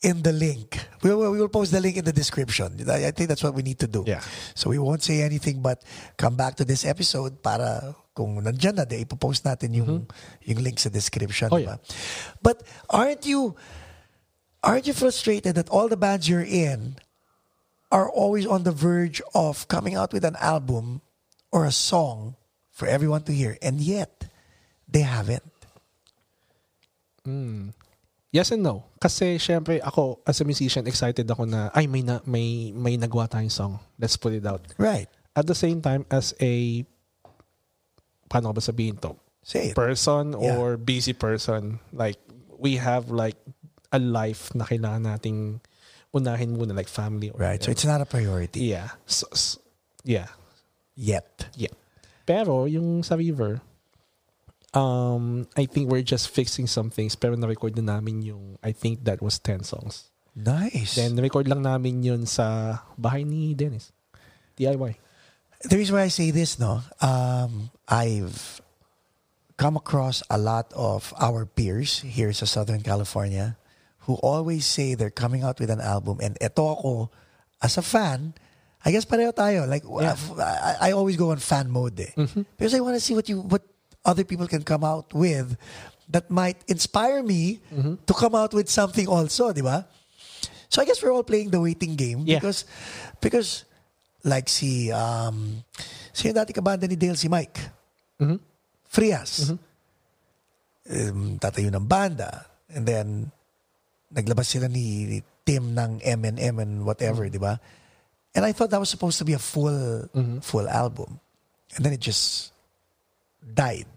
S1: in the link. We will, we will post the link in the description. I, I think that's what we need to do.
S2: Yeah.
S1: So we won't say anything but come back to this episode para kung nandyan na, di, ipopost natin yung, yung link sa description. di
S2: Mm-hmm. Oh,
S1: ba?
S2: yeah.
S1: But aren't you, aren't you frustrated that all the bands you're in are always on the verge of coming out with an album or a song for everyone to hear, and yet they haven't.
S2: Yes and no. Kasi syempre ako as a musician excited ako na ay may na, may may nagawa tayong song. Let's put it out.
S1: Right.
S2: At the same time as a paano ko ba sabihin to?
S1: Say it.
S2: Person
S1: Yeah.
S2: or busy person. Like, we have like a life na kailangan nating unahin muna, like family. Or
S1: Right. So it's not a priority
S2: Yeah. So, s- yeah.
S1: yet.
S2: Yeah. Pero yung sa River, um, I think we're just fixing some things. Pero na-record na namin yung, I think that was 10 songs.
S1: Nice.
S2: Then record lang namin yun sa bahay ni Dennis. DIY.
S1: the reason why I say this, no, um, I've come across a lot of our peers here sa Southern California who always say they're coming out with an album. And eto ako, as a fan, I guess pareho tayo. Like, I've- I, I always go on fan mode eh. Because I want to see what you, what other people can come out with that might inspire me to come out with something also, di ba? So I guess we're all playing the waiting game
S2: Yeah.
S1: because because like si um si yung dati kabanda ni Dale si Mike. Frias. Um, tatayo ng banda. And then naglabas sila ni Tim ng M&M and whatever, di ba? And I thought that was supposed to be a full full album. And then it just died.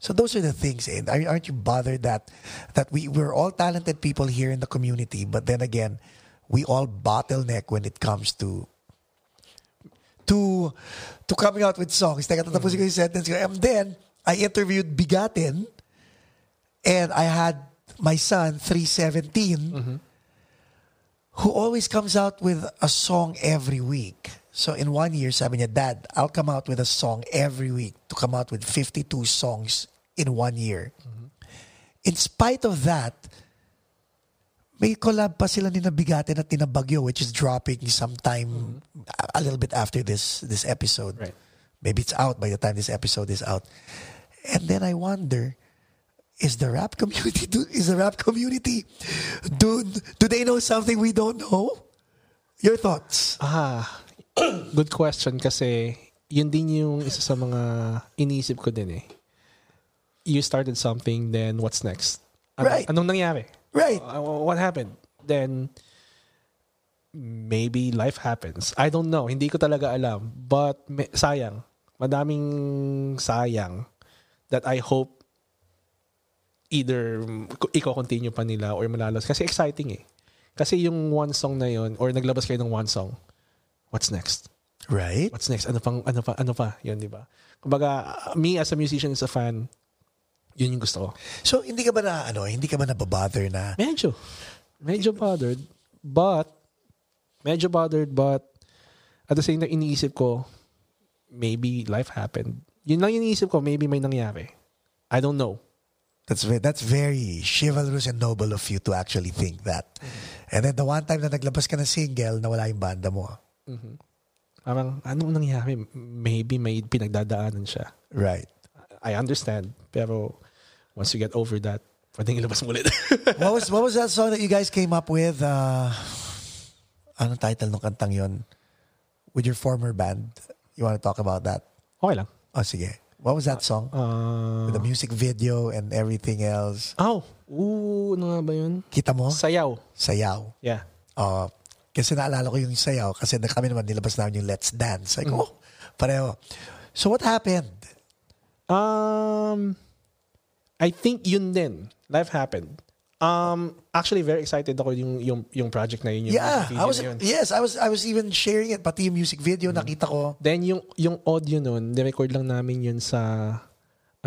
S1: So those are the things. And are- aren't you bothered that that we we're all talented people here in the community, but then again, we all bottleneck when it comes to to to coming out with songs. Teka, tatapusin ko yung sentence ko. And then, I interviewed Bigatin and I had my son, 317, who always comes out with a song every week. So in one year, sabi niya, Dad, I'll come out with a song every week to come out with 52 songs in one year. In spite of that, may collab pa sila ni Nabigatin at Tinabagyo which is dropping sometime a- a little bit after this this episode.
S2: Right.
S1: Maybe it's out by the time this episode is out. And then I wonder is the rap community do, is the rap community do do they know something we don't know? Your thoughts?
S2: Ah, good question kasi yun din yung isa sa mga iniisip ko din eh. You started something, then what's next? Ano-
S1: Right.
S2: Anong nangyari?
S1: Right.
S2: Uh, what happened? Then, maybe life happens. I don't know. Hindi ko talaga alam. But, may- sayang. Madaming sayang that I hope either i-continue pa nila or malalas. Kasi exciting eh. Kasi yung one song na yun, or naglabas kayo ng one song, what's next?
S1: Right?
S2: what's next? Ano pang, ano pa, ano pa? Yun, di ba? Kumbaga, uh, me as a musician, as a fan, yun yung gusto ko.
S1: So hindi ka ba na ano, hindi ka ba na bother na?
S2: Medyo. Medyo bothered. But, medyo bothered, but at the same time, iniisip ko, maybe life happened. Yun lang yung iniisip ko, maybe may nangyari. I don't know.
S1: That's very, that's very chivalrous and noble of you to actually think that. And then the one time na naglabas ka ng single na wala yung banda mo.
S2: Parang, anong nangyari? Maybe may pinagdadaanan siya.
S1: Right.
S2: I understand. Pero, once you get over that, pwedeng ilabas mo ulit.
S1: what was what was that song that you guys came up with? Uh, anong title ng kantang yon? With your former band? You want to talk about that?
S2: okay lang.
S1: Oh, sige. What was that song?
S2: Uh,
S1: With the music video and everything else.
S2: Oh, ooh, ano nga ba yun?
S1: Kita mo?
S2: Sayaw.
S1: Sayaw.
S2: Yeah.
S1: Uh, kasi naalala ko yung sayaw kasi na kami naman nilabas namin yung Let's Dance. Like, oh, pareho. So what happened?
S2: Um, I think yun din. Life happened. Um, actually, very excited ako yung, yung, yung project na yun. Yung
S1: Yeah,
S2: music video
S1: I was
S2: na yun. Mm-hmm.
S1: yes, I was I was even sharing it pati yung music video nakita ko.
S2: Then yung, yung audio nun, nirecord lang namin yun sa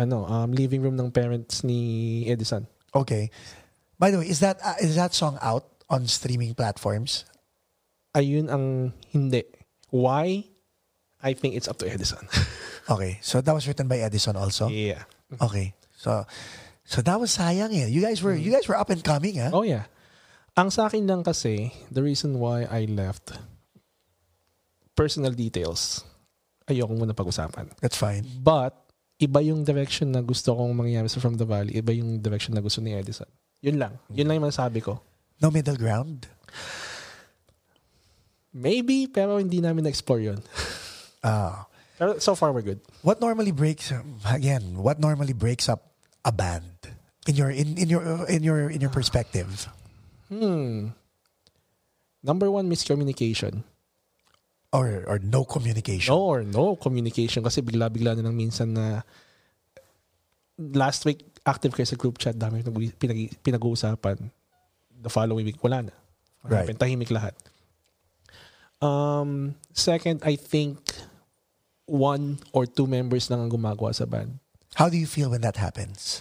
S2: ano, um, living room ng parents ni Edison.
S1: Okay. By the way, is that uh, is that song out on streaming platforms?
S2: Ayun ang hindi. Why? I think it's up to Edison.
S1: Okay. So that was written by Edison also.
S2: yeah.
S1: Okay. So so that was sayang eh. You guys were you guys were up and coming, ah.
S2: Oh yeah. Ang sa akin lang kasi, the reason why I left, personal details, ayokong muna pag-usapan.
S1: That's fine.
S2: But, iba yung direction na gusto kong mangyari sa From the Valley, iba yung direction na gusto ni Edison. Yun lang. Yun lang yung masasabi ko.
S1: No middle ground.
S2: Maybe, pero hindi namin na-explore yun.
S1: Ah.
S2: Pero so far, we're good.
S1: what normally breaks again, what normally breaks up a band in your in, in your in your in your perspective?
S2: Hmm. Number one, miscommunication.
S1: Or or no communication.
S2: No or no communication kasi bigla-bigla na lang minsan na last week, active kayo sa group chat, dami pinag- pinag- pinag-uusapan. The following week, wala na.
S1: Right.
S2: Happened, Tahimik lahat. Um, second, I think one or two members lang ang gumagawa sa band.
S1: How do you feel when that happens?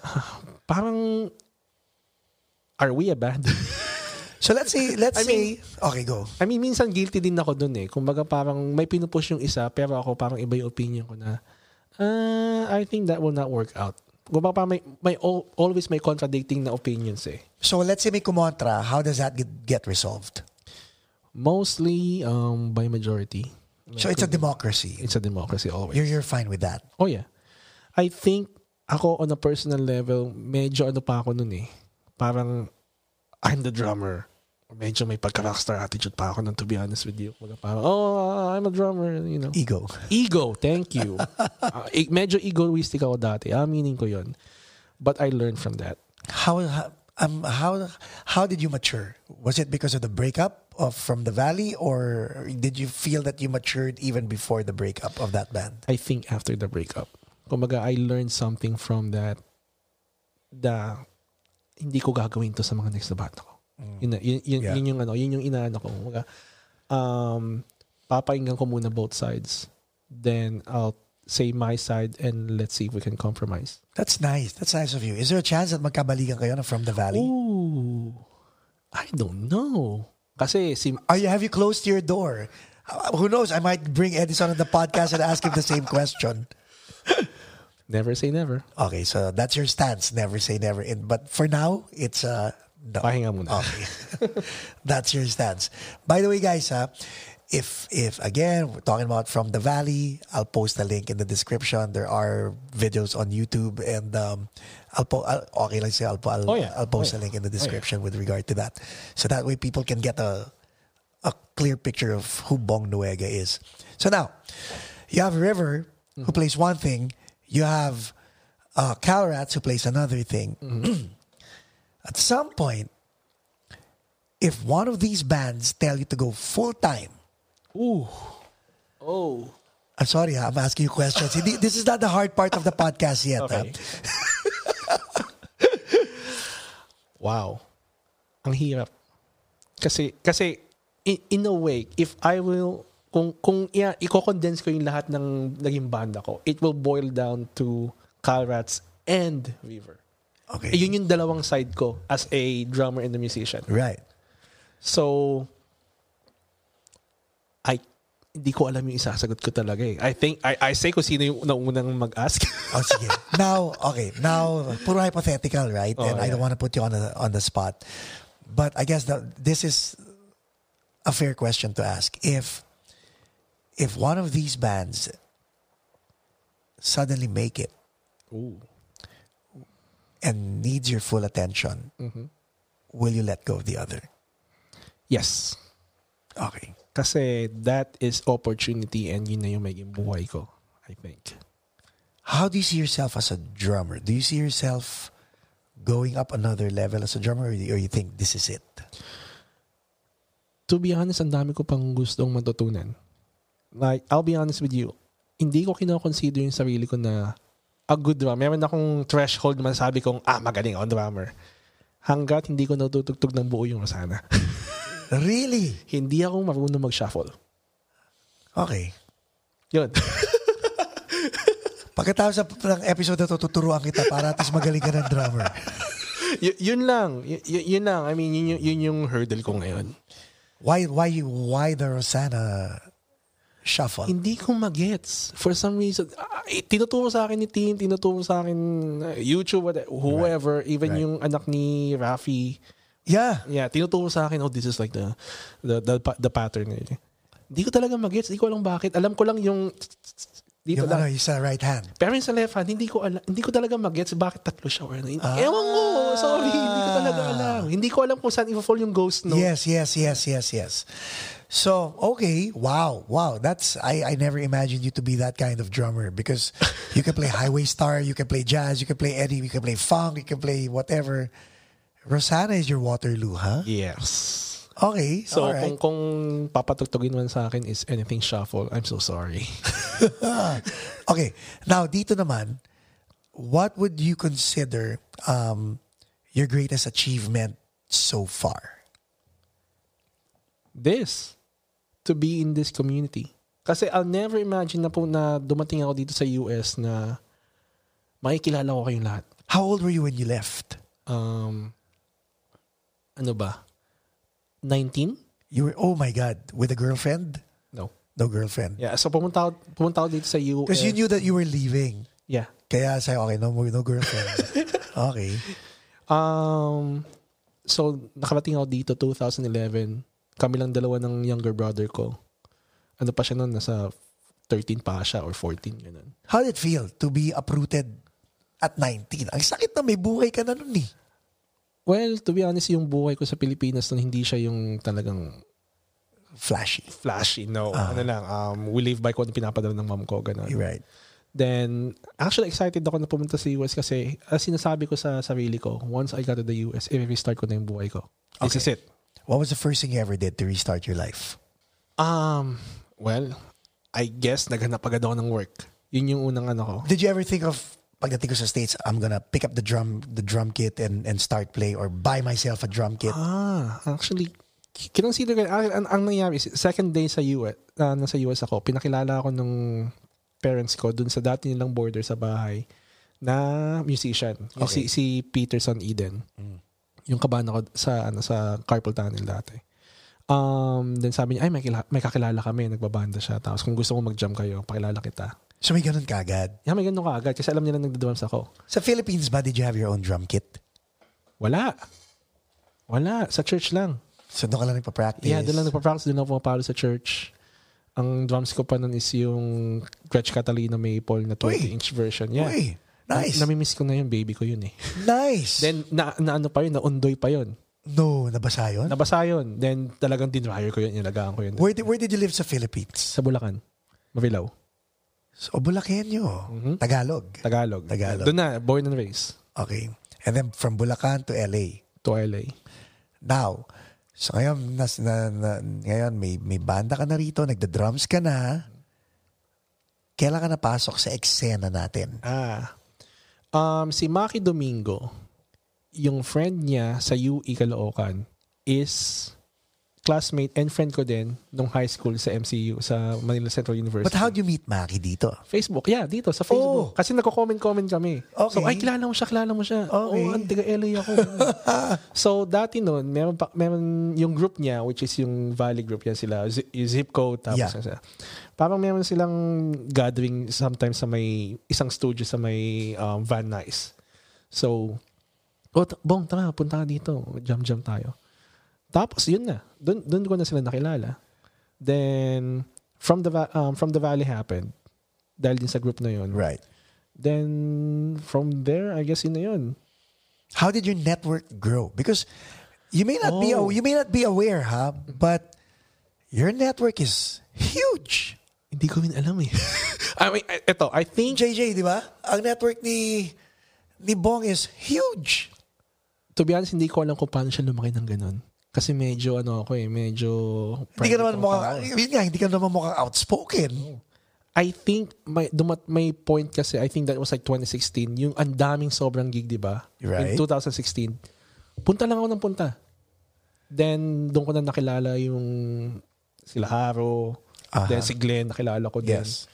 S2: Parang, are we a band?
S1: So let's say, let's
S2: I
S1: say,
S2: mean-
S1: okay, go.
S2: I mean, minsan guilty din ako dun eh. Kumbaga parang may pinupush yung isa, pero ako parang iba yung opinion ko na, ah, I think that will not work out. Kumbaga parang may, may al- always may contradicting na opinions eh.
S1: So let's say may kumontra, how does that get, get resolved?
S2: Mostly um, by majority.
S1: So it's a democracy.
S2: It's a democracy always.
S1: You're, you're fine with that.
S2: Oh yeah. I think ako on a personal level, medyo ano pa ako nun eh. Parang I'm the drummer. Medyo may pagka-rockstar attitude pa ako nun to be honest with you. Kumbaga Parang, oh, I'm a drummer, you know.
S1: Ego.
S2: Ego, thank you. Ah, eh, medyo egoistic ako dati. Aminin ko yon. But I learned from that.
S1: How, how, um, how, how did you mature? Was it because of the breakup of From the Valley or did you feel that you matured even before the breakup of that band?
S2: I think after the breakup. Kumbaga, I learned something from that na hindi ko gagawin to sa mga next na bata ko. Yun, na- yun, yun,
S1: Yeah.
S2: yun yung ano, yun yung inaano ko. Kumbaga, um, papakinggan ko muna both sides. Then I'll say my side and let's see if we can compromise.
S1: That's nice. That's nice of you. Is there a chance that magkabalikan kayo na From the Valley?
S2: Ooh, I don't know. Kasi si
S1: Are you have you closed your door? Uh, Who knows? I might bring Edison on the podcast and ask him the same question.
S2: never say never.
S1: Okay, so that's your stance. Never say never. In but for now, it's uh no.
S2: Pahinga muna.
S1: Okay. That's your stance. By the way, guys, uh, if if again we're talking about from the valley, I'll post a link in the description. There are videos on YouTube, and um, I'll po- I'll, okay, let's say I'll, po- I'll,
S2: Oh, yeah.
S1: I'll post
S2: Oh,
S1: a
S2: yeah.
S1: link in the description with regard to that, so that way people can get a a clear picture of who Bong Nuega is. So now, you have River who
S2: Mm-hmm.
S1: plays one thing. You have uh, Calrats who plays another thing.
S2: Mm-hmm.
S1: At some point, if one of these bands tell you to go full time,
S2: Ooh. Oh.
S1: I'm sorry, ha, I'm asking you questions. Hindi- this is not the hard part of the podcast yet. ha.
S2: Okay. wow. Ang hirap. Kasi kasi in, in a way, if I will kung kung i- i-condense ko yung lahat ng naging banda ko, it will boil down to Calrats and Weaver.
S1: Okay.
S2: Eh, yun yung dalawang side ko as a drummer and a musician.
S1: right.
S2: So, I hindi ko alam yung isasagot ko talaga eh. I think, I, I say kung sino yung naunang mag-ask.
S1: Oh, sige. Now, okay. Now, puro hypothetical, right? and I
S2: Oh, yeah.
S1: don't want to put you on the, on the spot. But I guess that this is a fair question to ask. If if one of these bands suddenly make it
S2: Ooh.
S1: and needs your full attention,
S2: Mm-hmm.
S1: will you let go of the other?
S2: Yes.
S1: Okay.
S2: Kasi that is opportunity and yun na yung maging buhay ko, I think.
S1: How do you see yourself as a drummer? Do you see yourself going up another level as a drummer, or you or you think this is it?
S2: To be honest, ang dami ko pang gustong matutunan. Like, I'll be honest with you, hindi ko kinoconsider yung sarili ko na a good drummer. Meron akong threshold na masasabi kong, ah, magaling ako drummer. Hanggat hindi ko natutugtog ng buo yung Rosana.
S1: Really?
S2: hindi ako marunong mag-shuffle.
S1: Okay.
S2: Yun.
S1: Pagkatapos ng- ng episode na to, tuturuan kita para at least magaling ka ng drummer.
S2: Y- yun lang. Y- y- yun lang. I mean, yun, yung- yun yung hurdle ko ngayon.
S1: Why, why, you- why the Rosanna shuffle?
S2: Hindi ko magets. For some reason, ah, eh, tinuturo sa akin ni Tim, tinuturo sa akin ah, YouTube, what- whoever, even
S1: Right.
S2: yung anak ni Rafi.
S1: Yeah.
S2: Yeah, tinuturo sa akin, oh, this is like the the the, pa- the pattern. eh. Hindi ko talaga magets. Hindi ko alam bakit. Alam ko lang yung dito
S1: Yung
S2: lang.
S1: ano, yung sa right hand.
S2: Pero yung sa left hand, hindi ko alam, hindi ko talaga magets bakit tatlo siya or ano.
S1: Ah.
S2: Ewan ko, sorry, hindi ko talaga alam. Hindi ko alam kung saan i-fall yung ghost note.
S1: Yes, yes, yes, yes, yes. So, okay, wow, wow. That's I, I never imagined you to be that kind of drummer because you can play highway star, you can play jazz, you can play Eddie, you can play funk, you can play whatever. Rosanna is your Waterloo, huh?
S2: Yes.
S1: Okay, so
S2: So
S1: all right.
S2: kung kung papatugtugin man sa akin is anything shuffle, I'm so sorry.
S1: Okay, now dito naman, what would you consider um, your greatest achievement so far?
S2: This, to be in this community. Kasi I'll never imagine na po na dumating ako dito sa US na makikilala ko kayong lahat.
S1: How old were you when you left?
S2: Um, ano ba? 19?
S1: You were, oh my God, with a girlfriend?
S2: No.
S1: No girlfriend.
S2: Yeah, so pumunta ako, pumunta ako dito sa US.
S1: Because you knew that you were leaving.
S2: yeah.
S1: Kaya sa'yo, okay, no, no girlfriend. okay.
S2: Um, so, nakarating ako dito 2011. Kami lang dalawa ng younger brother ko. Ano pa siya nun? Nasa 13 pa siya or 14, ganun.
S1: How did it feel to be uprooted at 19? Ang sakit na may buhay ka na nun eh.
S2: Well, to be honest, yung buhay ko sa Pilipinas nun, hindi siya yung talagang
S1: Flashy.
S2: flashy, no. Ano lang, um, we live by kung ano pinapadala ng mom ko,
S1: Ah.
S2: ganun.
S1: You're right.
S2: Then, actually excited ako na pumunta sa US kasi as sinasabi ko sa sarili ko, once I got to the US, i-restart ko na yung buhay ko. This is it.
S1: What was the first thing you ever did to restart your life?
S2: Um, well, I guess naghanap agad ako ng work. Yun yung unang ano ko.
S1: Did you ever think of pagdating ko sa States, I'm gonna pick up the drum the drum kit and, and start play or buy myself a drum kit?
S2: Ah, actually, k- kinonsider ko, ang, ang, ang nangyari, is, second day sa US, na nasa US ako, pinakilala ako ng parents ko dun sa dati nilang border sa bahay na musician. Yung
S1: Okay.
S2: si, si Peterson Eden. Yung kabana ko sa, ano, sa carpal tunnel dati. Um, then sabi niya, ay, may, kila- may kakilala kami, nagbabanda siya. Tapos kung gusto mo mag-jam kayo, pakilala kita.
S1: So may ganun kagad.
S2: Yeah, may ganun ka agad kasi alam nila nagdadrums ako.
S1: Sa Philippines ba, did you have your own drum kit?
S2: Wala. Wala. Sa church lang.
S1: So doon ka lang nagpa-practice?
S2: Yeah, doon lang nagpa-practice. Doon ako pumapalo sa church. Ang drums ko pa nun is yung Gretsch Catalina Maple na
S1: Uy.
S2: 20-inch version. Yeah.
S1: Uy, nice.
S2: Na, namimiss ko na yun. Baby ko yun eh.
S1: nice.
S2: Then, na, na ano pa yun? Naundoy pa yun.
S1: no, nabasa yun?
S2: Nabasa yun. Then, talagang dinryer ko yun. Inalagaan ko yun.
S1: where, did, where did you live sa Philippines?
S2: Sa Bulacan. Mavilaw.
S1: So, Bulacanio.
S2: Mm-hmm.
S1: Tagalog.
S2: Tagalog.
S1: Tagalog.
S2: Doon na. Born and raised.
S1: Okay. And then from Bulacan to LA.
S2: To LA.
S1: Now, so ngayon, nas, na, na- ngayon may, may banda ka na rito, nagda-drums ka na. Kailan ka napasok sa eksena natin?
S2: Ah. Um, si Maki Domingo, yung friend niya sa UE Caloocan is classmate and friend ko din nung high school sa MCU, sa Manila Central University.
S1: But how do you meet Maki dito?
S2: Facebook. Yeah, dito sa Facebook. Kasi nagko-comment-comment kami.
S1: Oh. Okay.
S2: So, ay, kilala mo siya, kilala mo siya.
S1: Okay.
S2: Oo, ang taga LA ako. so, dati noon, meron, pa, meron yung group niya, which is yung Valley group niya sila, Z- yung zip code, tapos
S1: Yeah.
S2: yeah. Parang meron silang gathering sometimes sa may, isang studio sa may um, Van Nuys. So, oh, t- Bong, tara, punta ka dito. Jam-jam tayo. Tapos, yun na. Doon, doon ko na sila nakilala. Then, from the, va- um, from the Valley happened. Dahil din sa group na yun.
S1: Right.
S2: Then, from there, I guess yun na yun.
S1: How did your network grow? Because you may not be
S2: Oh.
S1: aw- you may not be aware, huh? But your network is huge.
S2: Hindi ko rin alam eh. I mean, I- eto, I think,
S1: JJ, di ba? Ang network ni ni Bong is huge.
S2: to be honest, hindi ko alam kung paano siya lumaki ng ganun. Kasi medyo, ano ako eh, medyo...
S1: Hindi ka naman
S2: private ako. eh.
S1: mukhang, yun nga, hindi ka naman mukhang outspoken.
S2: I think, may, dumat, may point kasi, I think that was like 2016, yung ang daming sobrang gig, di ba?
S1: Right.
S2: In 2016. Punta lang ako ng punta. Then, doon ko na nakilala yung sila Haro,
S1: Aha.
S2: then si Glenn, nakilala ko din.
S1: Yes.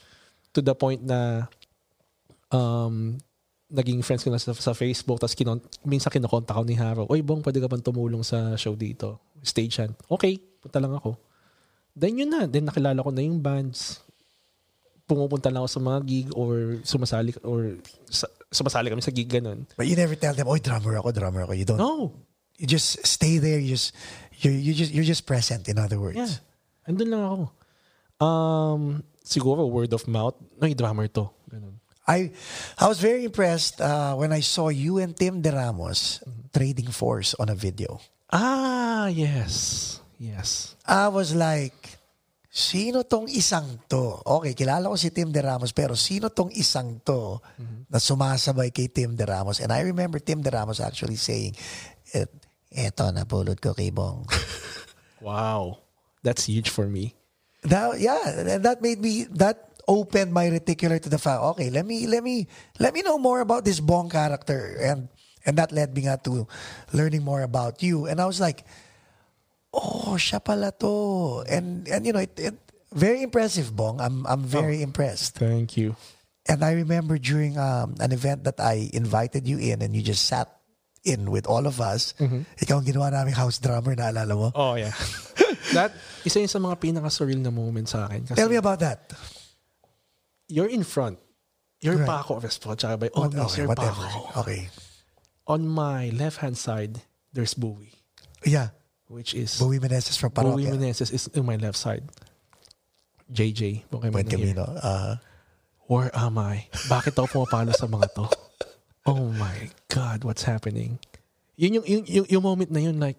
S2: To the point na um, naging friends ko na sa, sa Facebook, tapos kinon, minsan kinokontak ko ni Haro, Uy, Bong, pwede ka bang tumulong sa show dito? Stagehand. Okay, punta lang ako. Then yun na. Then nakilala ko na yung bands. Pumupunta lang ako sa mga gig or sumasali or sa, sumasali kami sa gig ganun.
S1: But you never tell them, "Oy, drummer ako, drummer ako." You don't.
S2: No.
S1: You just stay there. You just you you just you're just present. In other words,
S2: Yeah. Andun lang ako. Um, siguro word of mouth. Ay, drummer to. Ganun.
S1: I I was very impressed uh, when I saw you and Tim De Ramos trading force on a video.
S2: Ah, yes. Yes.
S1: I was like, sino tong isang to? Okay, kilala ko si Tim De Ramos, pero sino tong isang to na sumasabay kay Tim De Ramos? And I remember Tim De Ramos actually saying, "Et- eto, napulot ko kay Bong.
S2: Wow. That's huge for me.
S1: That, yeah, and that made me that opened my reticular to the fact, okay, let me let me let me know more about this Bong character, and and that led me nga to learning more about you. And I was like, oh, siya pala to. And and you know, it, it very impressive, Bong. I'm I'm very impressed.
S2: Thank you.
S1: And I remember during um, an event that I invited you in and you just sat in with all of us. Ikaw ang ginawa naming house drummer, naalala mo?
S2: Oh, yeah. That, isa yun sa mga pinaka-surreal na moment sa akin. Kasi
S1: Tell me about that.
S2: you're in front. You're
S1: Right.
S2: Paco Obispo. Tsaka by all means, you're
S1: whatever.
S2: Paco.
S1: Okay.
S2: On my left-hand side, there's Bowie,
S1: Yeah.
S2: which is...
S1: Bowie Meneses from
S2: Bowie
S1: Parokya.
S2: Meneses is on my left side. JJ, okay mo
S1: Buen
S2: na here.
S1: Camino. Uh,
S2: Where am I? Bakit ako pumapalo sa mga to? Oh my God, what's happening? Yun yung, yung, yung, yung moment na yun, like,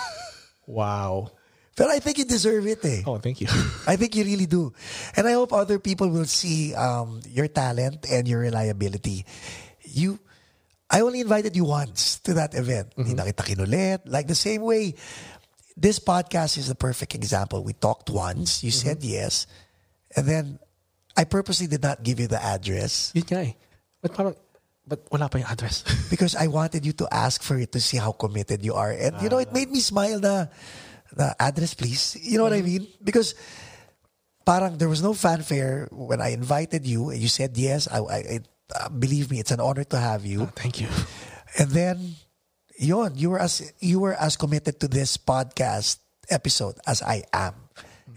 S2: wow.
S1: but I think you deserve it eh.
S2: Oh, thank you.
S1: I think you really do. And I hope other people will see um, your talent and your reliability. You, I only invited you once to that event. Hindi
S2: Mm-hmm.
S1: na kita kinulit. Like the same way, this podcast is the perfect example. We talked once, you said
S2: Mm-hmm.
S1: yes, and then I purposely did not give you the address
S2: Yun nga eh. But parang, but wala pa yung address.
S1: because I wanted you to ask for it to see how committed you are. And you know, it made me smile na, na address please. You know what I mean? Because parang there was no fanfare when I invited you and you said yes. I, I it, uh, believe me, it's an honor to have you.
S2: thank you.
S1: And then, yon, you were as you were as committed to this podcast episode as I am.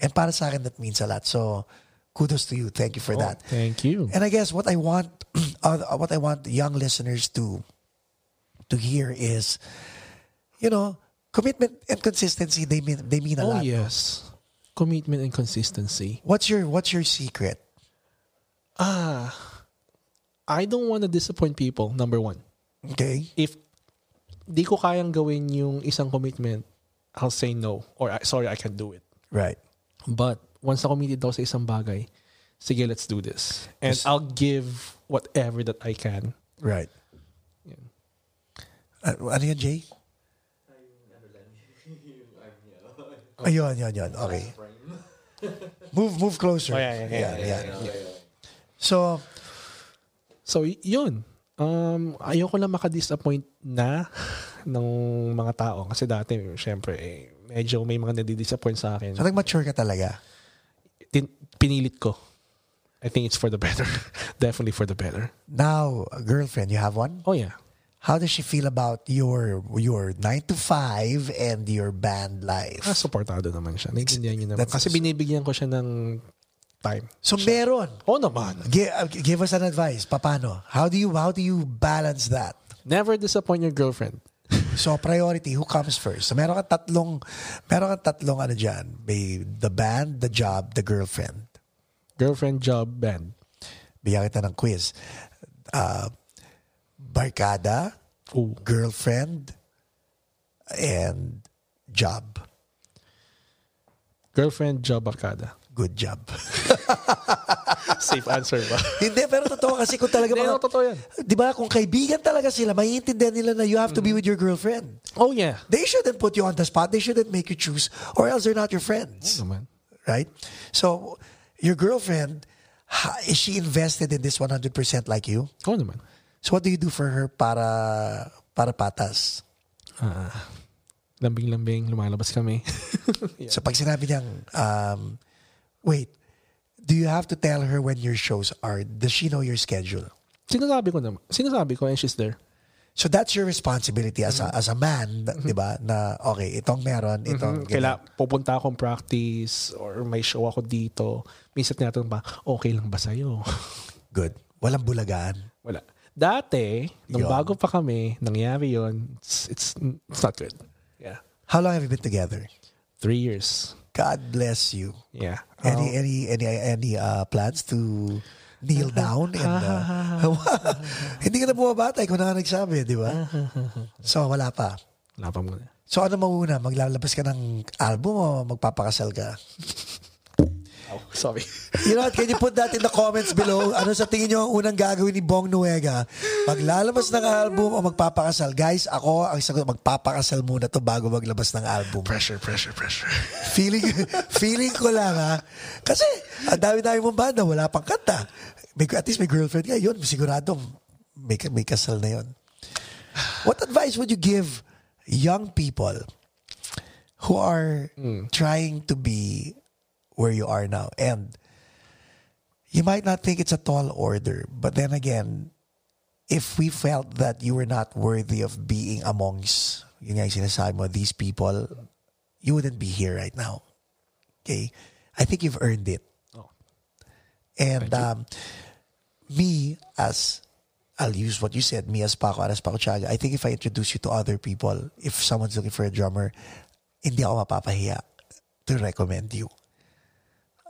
S1: And para sa akin, that means a lot. So, kudos to you. Thank you
S2: Oh,
S1: for that.
S2: Thank you.
S1: And I guess what I want, uh, what I want young listeners to to hear is, you know, commitment and consistency. They mean they mean a
S2: Oh
S1: lot.
S2: yes. Commitment and consistency.
S1: What's your What's your secret?
S2: I don't want to disappoint people, number one.
S1: Okay.
S2: if di ko kayang gawin yung isang commitment, I'll say no. Or I- sorry, I can't do it.
S1: Right.
S2: But once na committed ako sa isang bagay, sige, let's do this. And
S1: Yes.
S2: I'll give whatever that I can.
S1: Right.
S2: Yun.
S1: Uh, ano yun, Jay? Ayun, yun, yun. Okay. Move, move closer.
S2: Oh, yeah, yeah, yeah,
S1: yeah, So,
S2: So, y- yun. Um, ayoko lang makadisappoint na ng mga tao. Kasi dati, syempre, eh, medyo may mga nadidisappoint sa akin.
S1: so nag-mature ka talaga.
S2: Tin- pinilit ko. I think it's for the better. Definitely for the better.
S1: Now, a girlfriend, you have one?
S2: Oh, yeah.
S1: How does she feel about your your 9 to 5 and your band
S2: Ah,
S1: life?
S2: supportado naman siya. Naintindihan niya naman.
S1: That's-
S2: Kasi binibigyan ko siya ng time.
S1: So meron.
S2: Oo naman.
S1: Give, give us an advice. Papano? How do you how do you balance that?
S2: Never disappoint your girlfriend.
S1: So priority, who comes first? So meron kang tatlong, meron kang tatlong ano dyan. May the band, the job, the girlfriend.
S2: Girlfriend, job, band.
S1: Bigyan kita ng quiz. Uh, barkada,
S2: Ooh.
S1: girlfriend, and job.
S2: Girlfriend, job, barkada.
S1: Good job.
S2: Safe answer ba?
S1: Hindi, pero totoo kasi kung talaga
S2: Hindi,
S1: mga...
S2: no, totoo yan.
S1: Di ba, kung kaibigan talaga sila, maiintindihan nila na you have to be with your girlfriend.
S2: Oh yeah.
S1: They shouldn't put you on the spot. They shouldn't make you choose or else they're not your friends.
S2: Naman.
S1: right? So your girlfriend ha- is she invested in this 100% like you?
S2: Oo naman.
S1: So what do you do for her para para patas?
S2: Lambing-lambing, lumalabas kami.
S1: So pag sinabi niyang um, wait, do you have to tell her when your shows are? Does she know your schedule?
S2: Sinasabi ko naman. Sinasabi ko and she's there.
S1: So that's your responsibility as a, as a man, na- 'di ba? Na okay, itong meron, itong
S2: Kaila, pupunta akong practice or may show ako dito. Minsan natin ba, okay lang ba sa'yo?
S1: good. Walang bulagaan.
S2: Wala. Dati, nung
S1: Yun.
S2: bago pa kami, nangyari yun, it's, it's, it's not good. Yeah.
S1: How long have you been together?
S2: Three years.
S1: God bless you.
S2: Yeah.
S1: Any any any any uh, plans to kneel down and uh, hindi ka na bumabatay kung na nagsabi, di ba? So wala pa.
S2: Wala pa muna.
S1: So ano mauna? Maglalabas ka ng album o magpapakasal ka?
S2: Oh, sorry.
S1: You know what? Can you put that in the comments below? Ano sa tingin nyo ang unang gagawin ni Bong Nuega Maglalabas ng album o magpapakasal. Guys, ako ang sagot, magpapakasal muna to bago maglabas ng album.
S2: Pressure, pressure, pressure.
S1: Feeling, feeling ko lang ha. Kasi ang dami-dami mong banda, wala pang kanta. May, at least may girlfriend ka, yun, sigurado may, may kasal na yun. What advice would you give young people who are
S2: Hmm.
S1: trying to be where you are now? And you might not think it's a tall order, but then again, if we felt that you were not worthy of being amongst yun nga yung sinasabi mo, these people, you wouldn't be here right now. Okay? I think you've earned it.
S2: Oh.
S1: And um, me as, I'll use what you said, me as Paco Aras Paco Chaga, I think if I introduce you to other people, if someone's looking for a drummer, hindi ako mapapahiya to recommend you.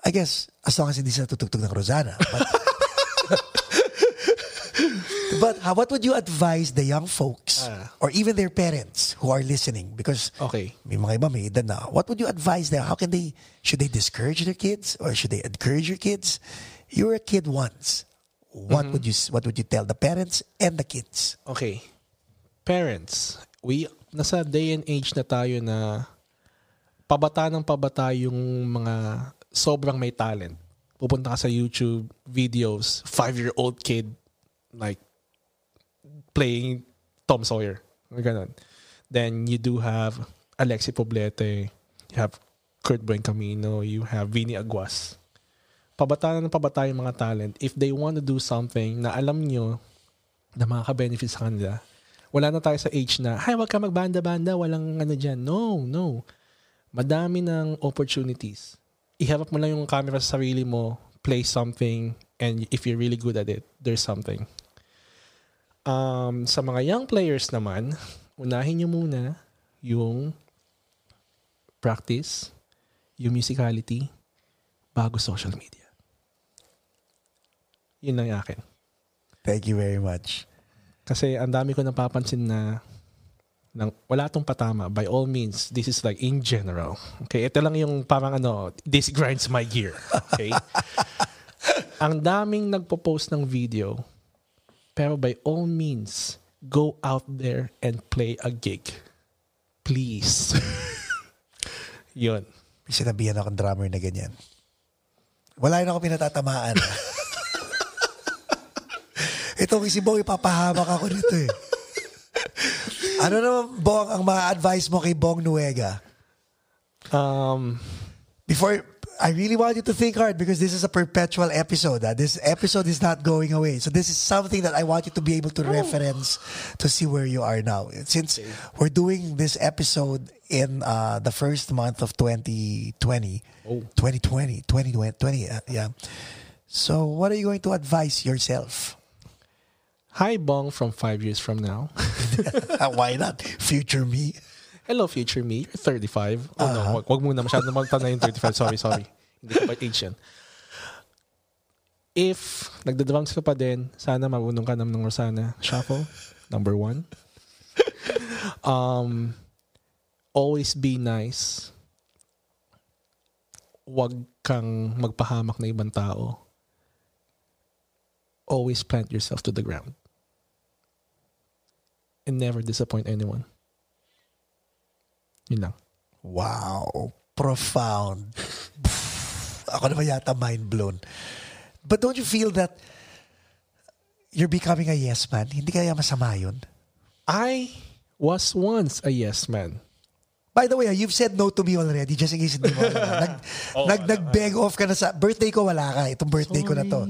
S1: I guess, as long as hindi sila tutugtog ng Rosana. But, but how, what would you advise the young folks
S2: Ah. Oh.
S1: or even their parents who are listening? Because
S2: Okay.
S1: may mga iba may edad na. What would you advise them? How can they, should they discourage their kids or should they encourage your kids? You were a kid once. What would you what would you tell the parents and the kids?
S2: Okay. Parents, we nasa day and age na tayo na pabata ng pabata yung mga sobrang may talent. Pupunta ka sa YouTube videos, five-year-old kid, like, playing Tom Sawyer. Ganun. Then you do have Alexi Poblete, you have Kurt Buencamino, you have Vinny Aguas. Pabata na ng pabata yung mga talent. If they want to do something na alam nyo na makaka-benefit sa kanila, wala na tayo sa age na, hay, wag ka magbanda-banda, walang ano dyan. No, no. Madami ng opportunities. Ihawak mo lang yung camera sa sarili mo, play something, and if you're really good at it, there's something. Um, sa mga young players naman, unahin nyo muna yung practice, yung musicality, bago social media. Yun lang yung akin.
S1: Thank you very much.
S2: Kasi ang dami ko napapansin na nang wala tong patama. By all means, this is like in general. Okay, ito lang yung parang ano, this grinds my gear. Okay? ang daming nagpo-post ng video, pero by all means, go out there and play a gig. Please. Yun.
S1: May sinabihan akong drummer na ganyan. Wala yun ako pinatatamaan. Itong si Bong, ipapahamak ako nito eh. Ano naman, Bong, ang mga advice mo kay Bong Nuega?
S2: Um,
S1: before I really want you to think hard because this is a perpetual episode. ah. This episode is not going away. So this is something that I want you to be able to reference to see where you are now. Since we're doing this episode in uh, the first month of 2020, 2020, 2020, uh, yeah. So what are you going to advise yourself?
S2: hi, Bong, from five years from now.
S1: Why not? Future me.
S2: Hello, future me. You're 35. Oh, no. Wag, wag muna. Masyado magtanda yung 35. Sorry, sorry. Hindi ka pa age yan. If nagdadrums ka pa din, sana marunong ka ng Rosana Shuffle, number one. Um, always be nice. Huwag kang magpahamak na ibang tao. Always plant yourself to the ground. And never disappoint anyone. Yun lang.
S1: Wow. Profound. Ako naman yata mind blown. But don't you feel that you're becoming a yes man? Hindi kaya masama yun?
S2: I was once a yes man.
S1: By the way, ah, you've said no to me already just in case hindi mo alam. nag, nag, nag-beg off ka na sa birthday ko, wala ka. Itong birthday ko na to.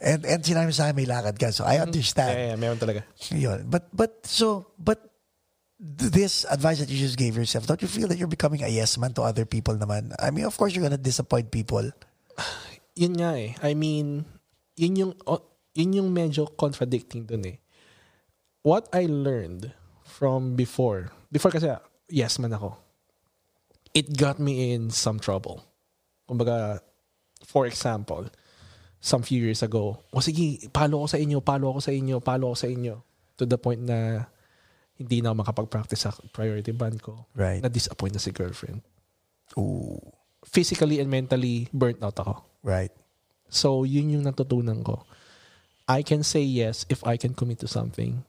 S1: And, and sinabi sa akin, may lakad ka. So I understand.
S2: Eh, meron talaga.
S1: Yun. But but so but th- this advice that you just gave yourself, don't you feel that you're becoming a yes man to other people naman? I mean, of course you're gonna disappoint people.
S2: Yun nga eh. I mean, yun yung, oh, yun yung medyo contradicting dun eh. What I learned from before, before kasi yes man ako, it got me in some trouble. Kumbaga, for example, some few years ago, o sige, palo ako sa inyo, palo ako sa inyo, palo ako sa inyo. To the point na hindi na ako makapag-practice sa priority band ko.
S1: Right.
S2: Na-disappoint na si girlfriend.
S1: Ooh,
S2: physically and mentally burnt out ako.
S1: right.
S2: So, yun yung natutunan ko. I can say yes if I can commit to something.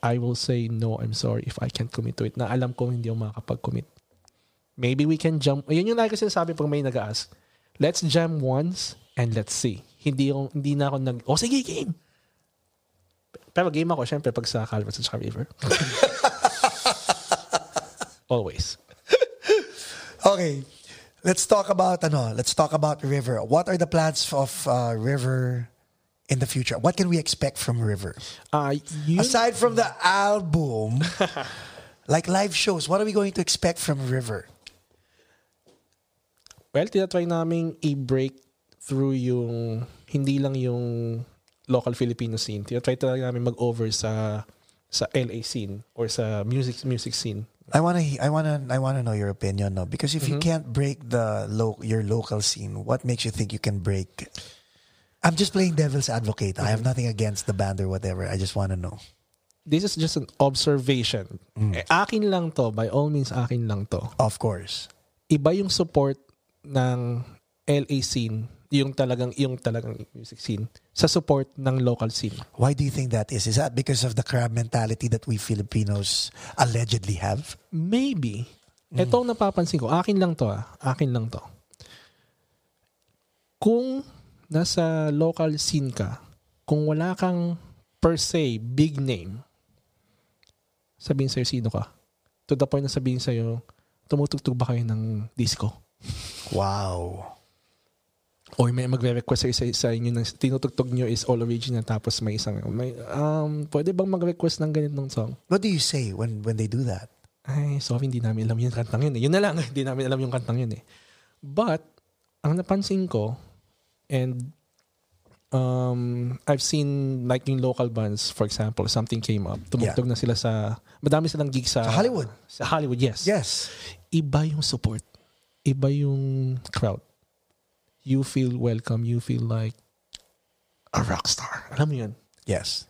S2: I will say no, I'm sorry if I can't commit to it. Na alam ko hindi ako makakapag-commit. Maybe we can jump. Yun yung lagi sinasabi pag may nag-ask. Let's jam once and let's see. Hindi, ako, hindi na ako nag, oh sige, game. Pero game ako, syempre, pag sa Calvert at saka River. Always.
S1: Okay. Let's talk about ano, let's talk about River. What are the plans of uh, River in the future? What can we expect from River?
S2: Uh, yun,
S1: Aside from the album, like live shows, what are we going to expect from River?
S2: well, tinatry namin i-break through yung, hindi lang yung local Filipino scene. Tinatry talaga namin mag-over sa sa LA scene or sa music music scene.
S1: I wanna he- I wanna I wanna know your opinion no because if you can't break the lo- your local scene, what makes you think you can break I'm just playing devil's advocate. I have nothing against the band or whatever. I just want to know.
S2: This is just an observation. Eh, akin lang to, by all means akin lang to.
S1: Of course.
S2: iba yung support ng LA scene, yung talagang yung talagang music scene sa support ng local scene.
S1: Why do you think that is? Is that because of the crab mentality that we Filipinos allegedly have?
S2: Maybe eto ang napapansin ko, akin lang to ah, akin lang to. Kung nasa local scene ka, kung wala kang per se big name, sabihin sa'yo sino ka. To the point na sabihin sa'yo, tumutugtog ba kayo ng disco?
S1: Wow.
S2: or may magre-request sa isa sa inyo ng tinutugtog nyo is all original tapos may isang may um pwede bang mag-request ng ganitong song?
S1: What do you say when when they do that?
S2: Ay, sorry, hindi namin alam yung kantang yun. Eh. Yun na lang, hindi namin alam yung kantang yun eh. But, ang napansin ko, and um, I've seen like yung local bands, for example, something came up. Tumugtog na sila sa, madami silang gig sa,
S1: Sa Hollywood.
S2: Sa Hollywood, yes
S1: Yes.
S2: iba yung support. Iba yung crowd. You feel welcome. You feel like a rock star. Alam mo yun?
S1: Yes.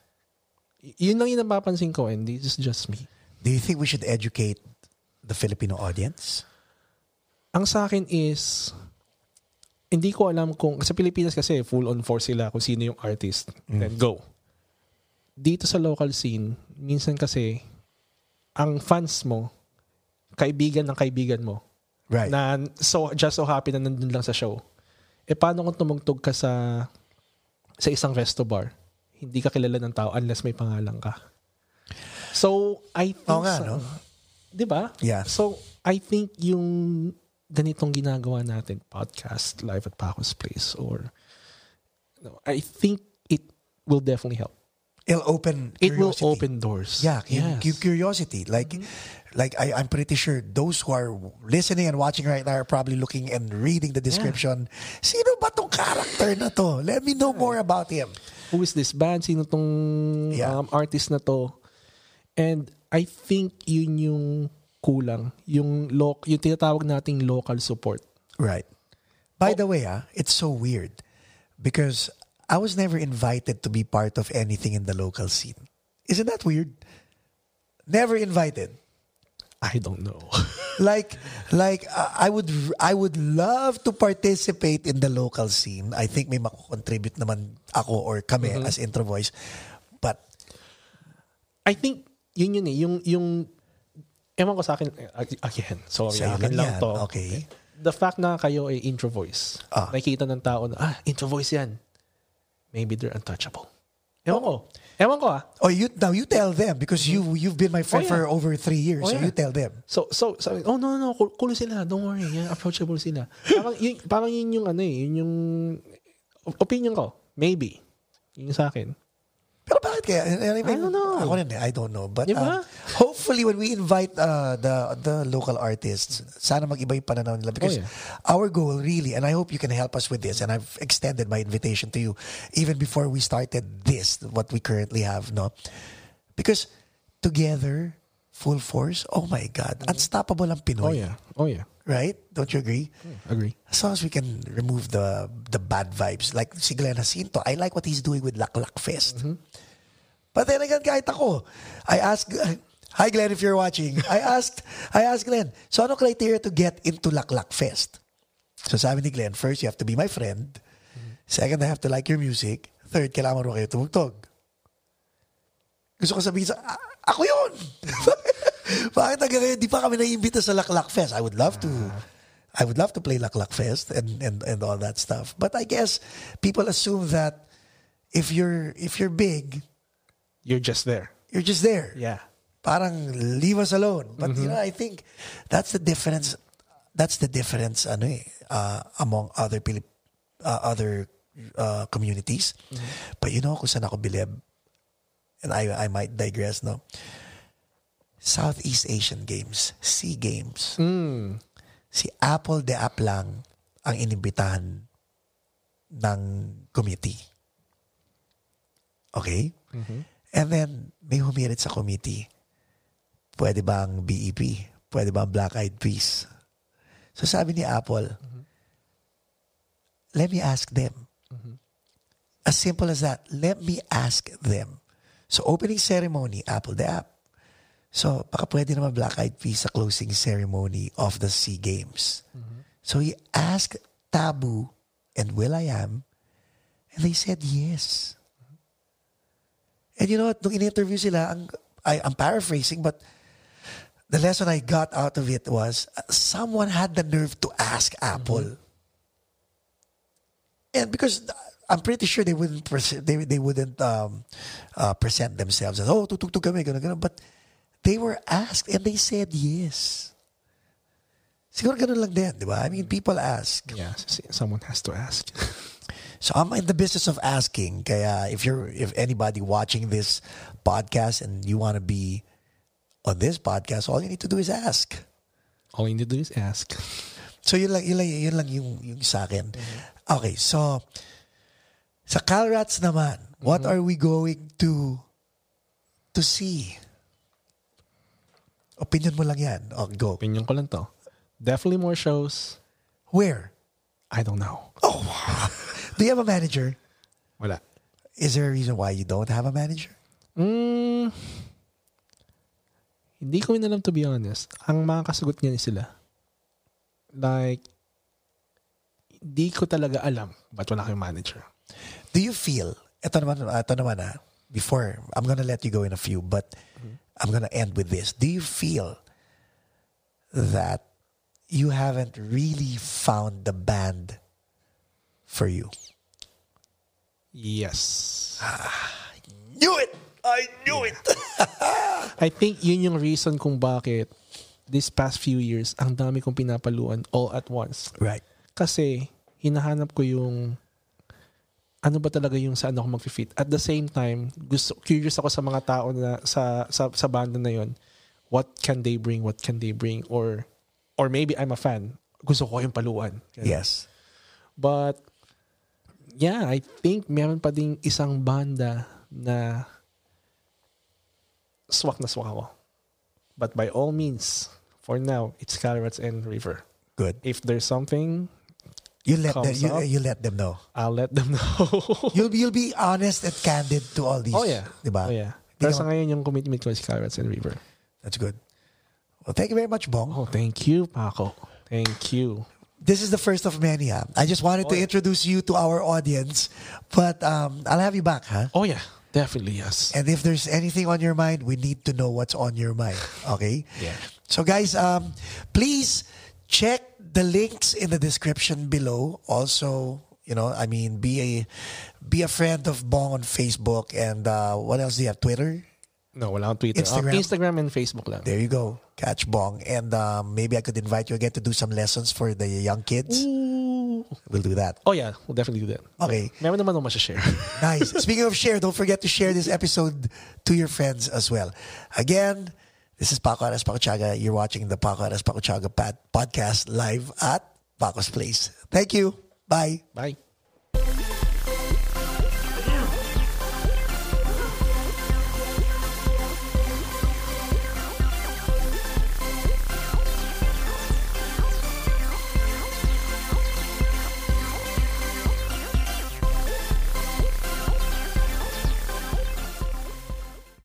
S2: Y- yun lang yung napapansin ko and this is just me.
S1: Do you think we should educate the Filipino audience?
S2: Ang sa akin is, hindi ko alam kung, sa Pilipinas kasi full on force sila kung sino yung artist. Then go. Dito sa local scene, minsan kasi, ang fans mo, kaibigan ng kaibigan mo,
S1: Right.
S2: na so just so happy na nandun lang sa show. Eh paano kung tumugtog ka sa sa isang resto bar? Hindi ka kilala ng tao unless may pangalan ka. So, I think
S1: Oo nga,
S2: sa-
S1: no?
S2: 'Di ba?
S1: Yeah.
S2: So, I think yung ganitong ginagawa natin, podcast, live at Paco's Place or no, I think it will definitely help.
S1: It'll open
S2: It will
S1: curiosity.
S2: open doors.
S1: Yeah, cu-
S2: Yes. Mm-hmm.
S1: cu- curiosity. Like, like I, I'm pretty sure those who are listening and watching right now are probably looking and reading the description. Sino ba tong character na to? Let me know more about him.
S2: who is this band, sino tong
S1: Yeah.
S2: um, artist na to. And I think yun yung kulang, yung loc yung tinatawag nating local support.
S1: Right.
S2: Oh.
S1: By the way, ah, it's so weird because I was never invited to be part of anything in the local scene. Isn't that weird? Never invited.
S2: I don't know.
S1: like like uh, I would I would love to participate in the local scene. I think may makukontribute naman ako or kami
S2: Mm-hmm.
S1: as Intro Voice. But
S2: I think yun yun eh, yung yung ewan ko sa akin eh, ag- again. Sorry,
S1: Sa
S2: akin
S1: akin
S2: lang
S1: yan,
S2: to.
S1: okay.
S2: The fact na kayo ay intro voice.
S1: Ah.
S2: Nakikita ng tao na ah, intro voice yan. Maybe they're untouchable. Ewan ko. Ewan ko ah.
S1: oh you now you tell them because you you've been my friend
S2: Oh,
S1: for
S2: yeah.
S1: over 3 years.
S2: Oh,
S1: so
S2: yeah.
S1: you tell them.
S2: So, so, sabi, oh, no, no, no, cool, cool sila. Don't worry. Yeah, approachable sila. Parang yun, parang yun yung ano eh, yun yung opinion ko. Maybe. Yun yung sa akin.
S1: Pero bakit kaya? I,
S2: I don't know.
S1: Ako rin eh, I don't know. But
S2: Di ba?
S1: um, hopefully when we invite uh, the the local artists, sana mag-iba yung pananaw nila because
S2: Oh, yeah.
S1: our goal really, and I hope you can help us with this, and I've extended my invitation to you even before we started this, what we currently have, no? Because together, full force, oh my God, unstoppable ang Pinoy.
S2: Mm-hmm. Oh, yeah. Oh,
S1: Right? Don't you agree?
S2: Agree.
S1: As long as we can remove the the bad vibes. Like si Glenn Jacinto, I like what he's doing with Laklak Fest. But then again, kahit ako, I asked, hi Glenn if you're watching, I asked, I asked Glenn, so ano criteria to get into Laklak Fest? So sabi ni Glenn, first you have to be my friend. Second, I have to like your music. Third, kailangan marunong kayo tumugtog. Gusto ko sabihin sa, "A- ako yun! Bakit hanggang ngayon, di pa kami naiimbita sa Laklak Fest? I would love to. I would love to play Laklak Fest and, and, and all that stuff. But I guess people assume that if you're if you're big,
S2: You're just there.
S1: you're just there.
S2: Yeah.
S1: parang leave us alone. But you know, I think that's the difference. That's the difference, ano eh, uh, among other Pilip, uh, other uh, communities. But you know, kung saan ako bilib, and I I might digress, no. Southeast Asian Games, SEA Games. Si Apple de Ap lang ang inibitahan ng committee. Okay? And then, may humirit sa committee. Pwede ba ang BEP? Pwede ba ang Black Eyed Peas? So sabi ni Apple, let me ask them. As simple as that. Let me ask them. So opening ceremony, Apple the app. So baka pwede naman Black Eyed Peas sa closing ceremony of the SEA Games. So he asked Tabu and Will I Am and they said yes. And you know what? Nung in-interview sila, ang, I, I'm paraphrasing, but the lesson I got out of it was uh, someone had the nerve to ask Apple. And because uh, I'm pretty sure they wouldn't pres- they, they wouldn't um, uh, present themselves as, oh, tutugtog kami, ganun, ganun. But they were asked and they said yes. Siguro ganun lang din, di ba? I mean, people ask.
S2: Yeah. s- Someone has to ask.
S1: So I'm in the business of asking. Kaya if you're if anybody watching this podcast and you want to be on this podcast, all you need to do is ask.
S2: All you need to do is ask.
S1: So yun lang, yun lang, yun lang yung, yung sa akin. Okay, so sa Calrats naman, what are we going to to see? Opinion mo lang yan. Oh, go.
S2: Opinion ko lang to. Definitely more shows.
S1: Where?
S2: I don't know.
S1: Do you have a manager?
S2: Wala.
S1: Is there a reason why you don't have a manager?
S2: Mm, hindi ko rin alam to be honest. Ang makakasagot niyan is sila. Like, hindi ko talaga alam ba't wala kayong manager.
S1: Do you feel, ito naman, ito naman ah, before, I'm gonna let you go in a few, but I'm gonna end with this. Do you feel that you haven't really found the band for you?
S2: Yes.
S1: Knew it! I knew it!
S2: I think yun yung reason kung bakit this past few years, ang dami kong pinapaluan all at once.
S1: right.
S2: Kasi, hinahanap ko yung ano ba talaga yung saan ako mag-fit. At the same time, gusto, curious ako sa mga tao na sa, sa, sa banda na yon What can they bring? What can they bring? Or, or maybe I'm a fan. Gusto ko yung paluan.
S1: Yes.
S2: But, yeah, I think meron pa ding isang banda na swak na swak ako. But by all means, for now, it's Calrats and River.
S1: Good.
S2: If there's something,
S1: You let them,
S2: Thumbs
S1: you,
S2: up.
S1: you let them know.
S2: I'll let them know.
S1: You'll be, you'll be honest and candid to all these.
S2: oh yeah.
S1: Diba?
S2: Oh yeah.
S1: Di
S2: Pero sa
S1: naman-
S2: ngayon yung commitment ko is Calrats and River.
S1: That's good. Well, thank you very much, Bong.
S2: Oh, thank you, Paco. Thank you.
S1: this is the first of many. ah. I just wanted to introduce you to our audience, but um, I'll have you back, huh?
S2: Oh yeah, definitely yes.
S1: And if there's anything on your mind, we need to know what's on your mind. Okay?
S2: Yeah.
S1: So, guys, um, please check the links in the description below. Also, you know, I mean, be a be a friend of Bong on Facebook and uh, what else do you have? Twitter.
S2: No, wala akong Twitter. Ah,
S1: Instagram?
S2: Instagram and Facebook lang.
S1: There you go. Catch Bong, and um, maybe I could invite you again to do some lessons for the young kids. We'll do that.
S2: Oh yeah, we'll definitely do that.
S1: Okay.
S2: Meron naman ako share.
S1: Nice. Speaking of share, don't forget to share this episode to your friends as well. Again, this is Paco Aras Pacochaga. You're watching the Paco Aras Pacochaga pod- podcast live at Paco's Place. Thank you. Bye.
S2: Bye.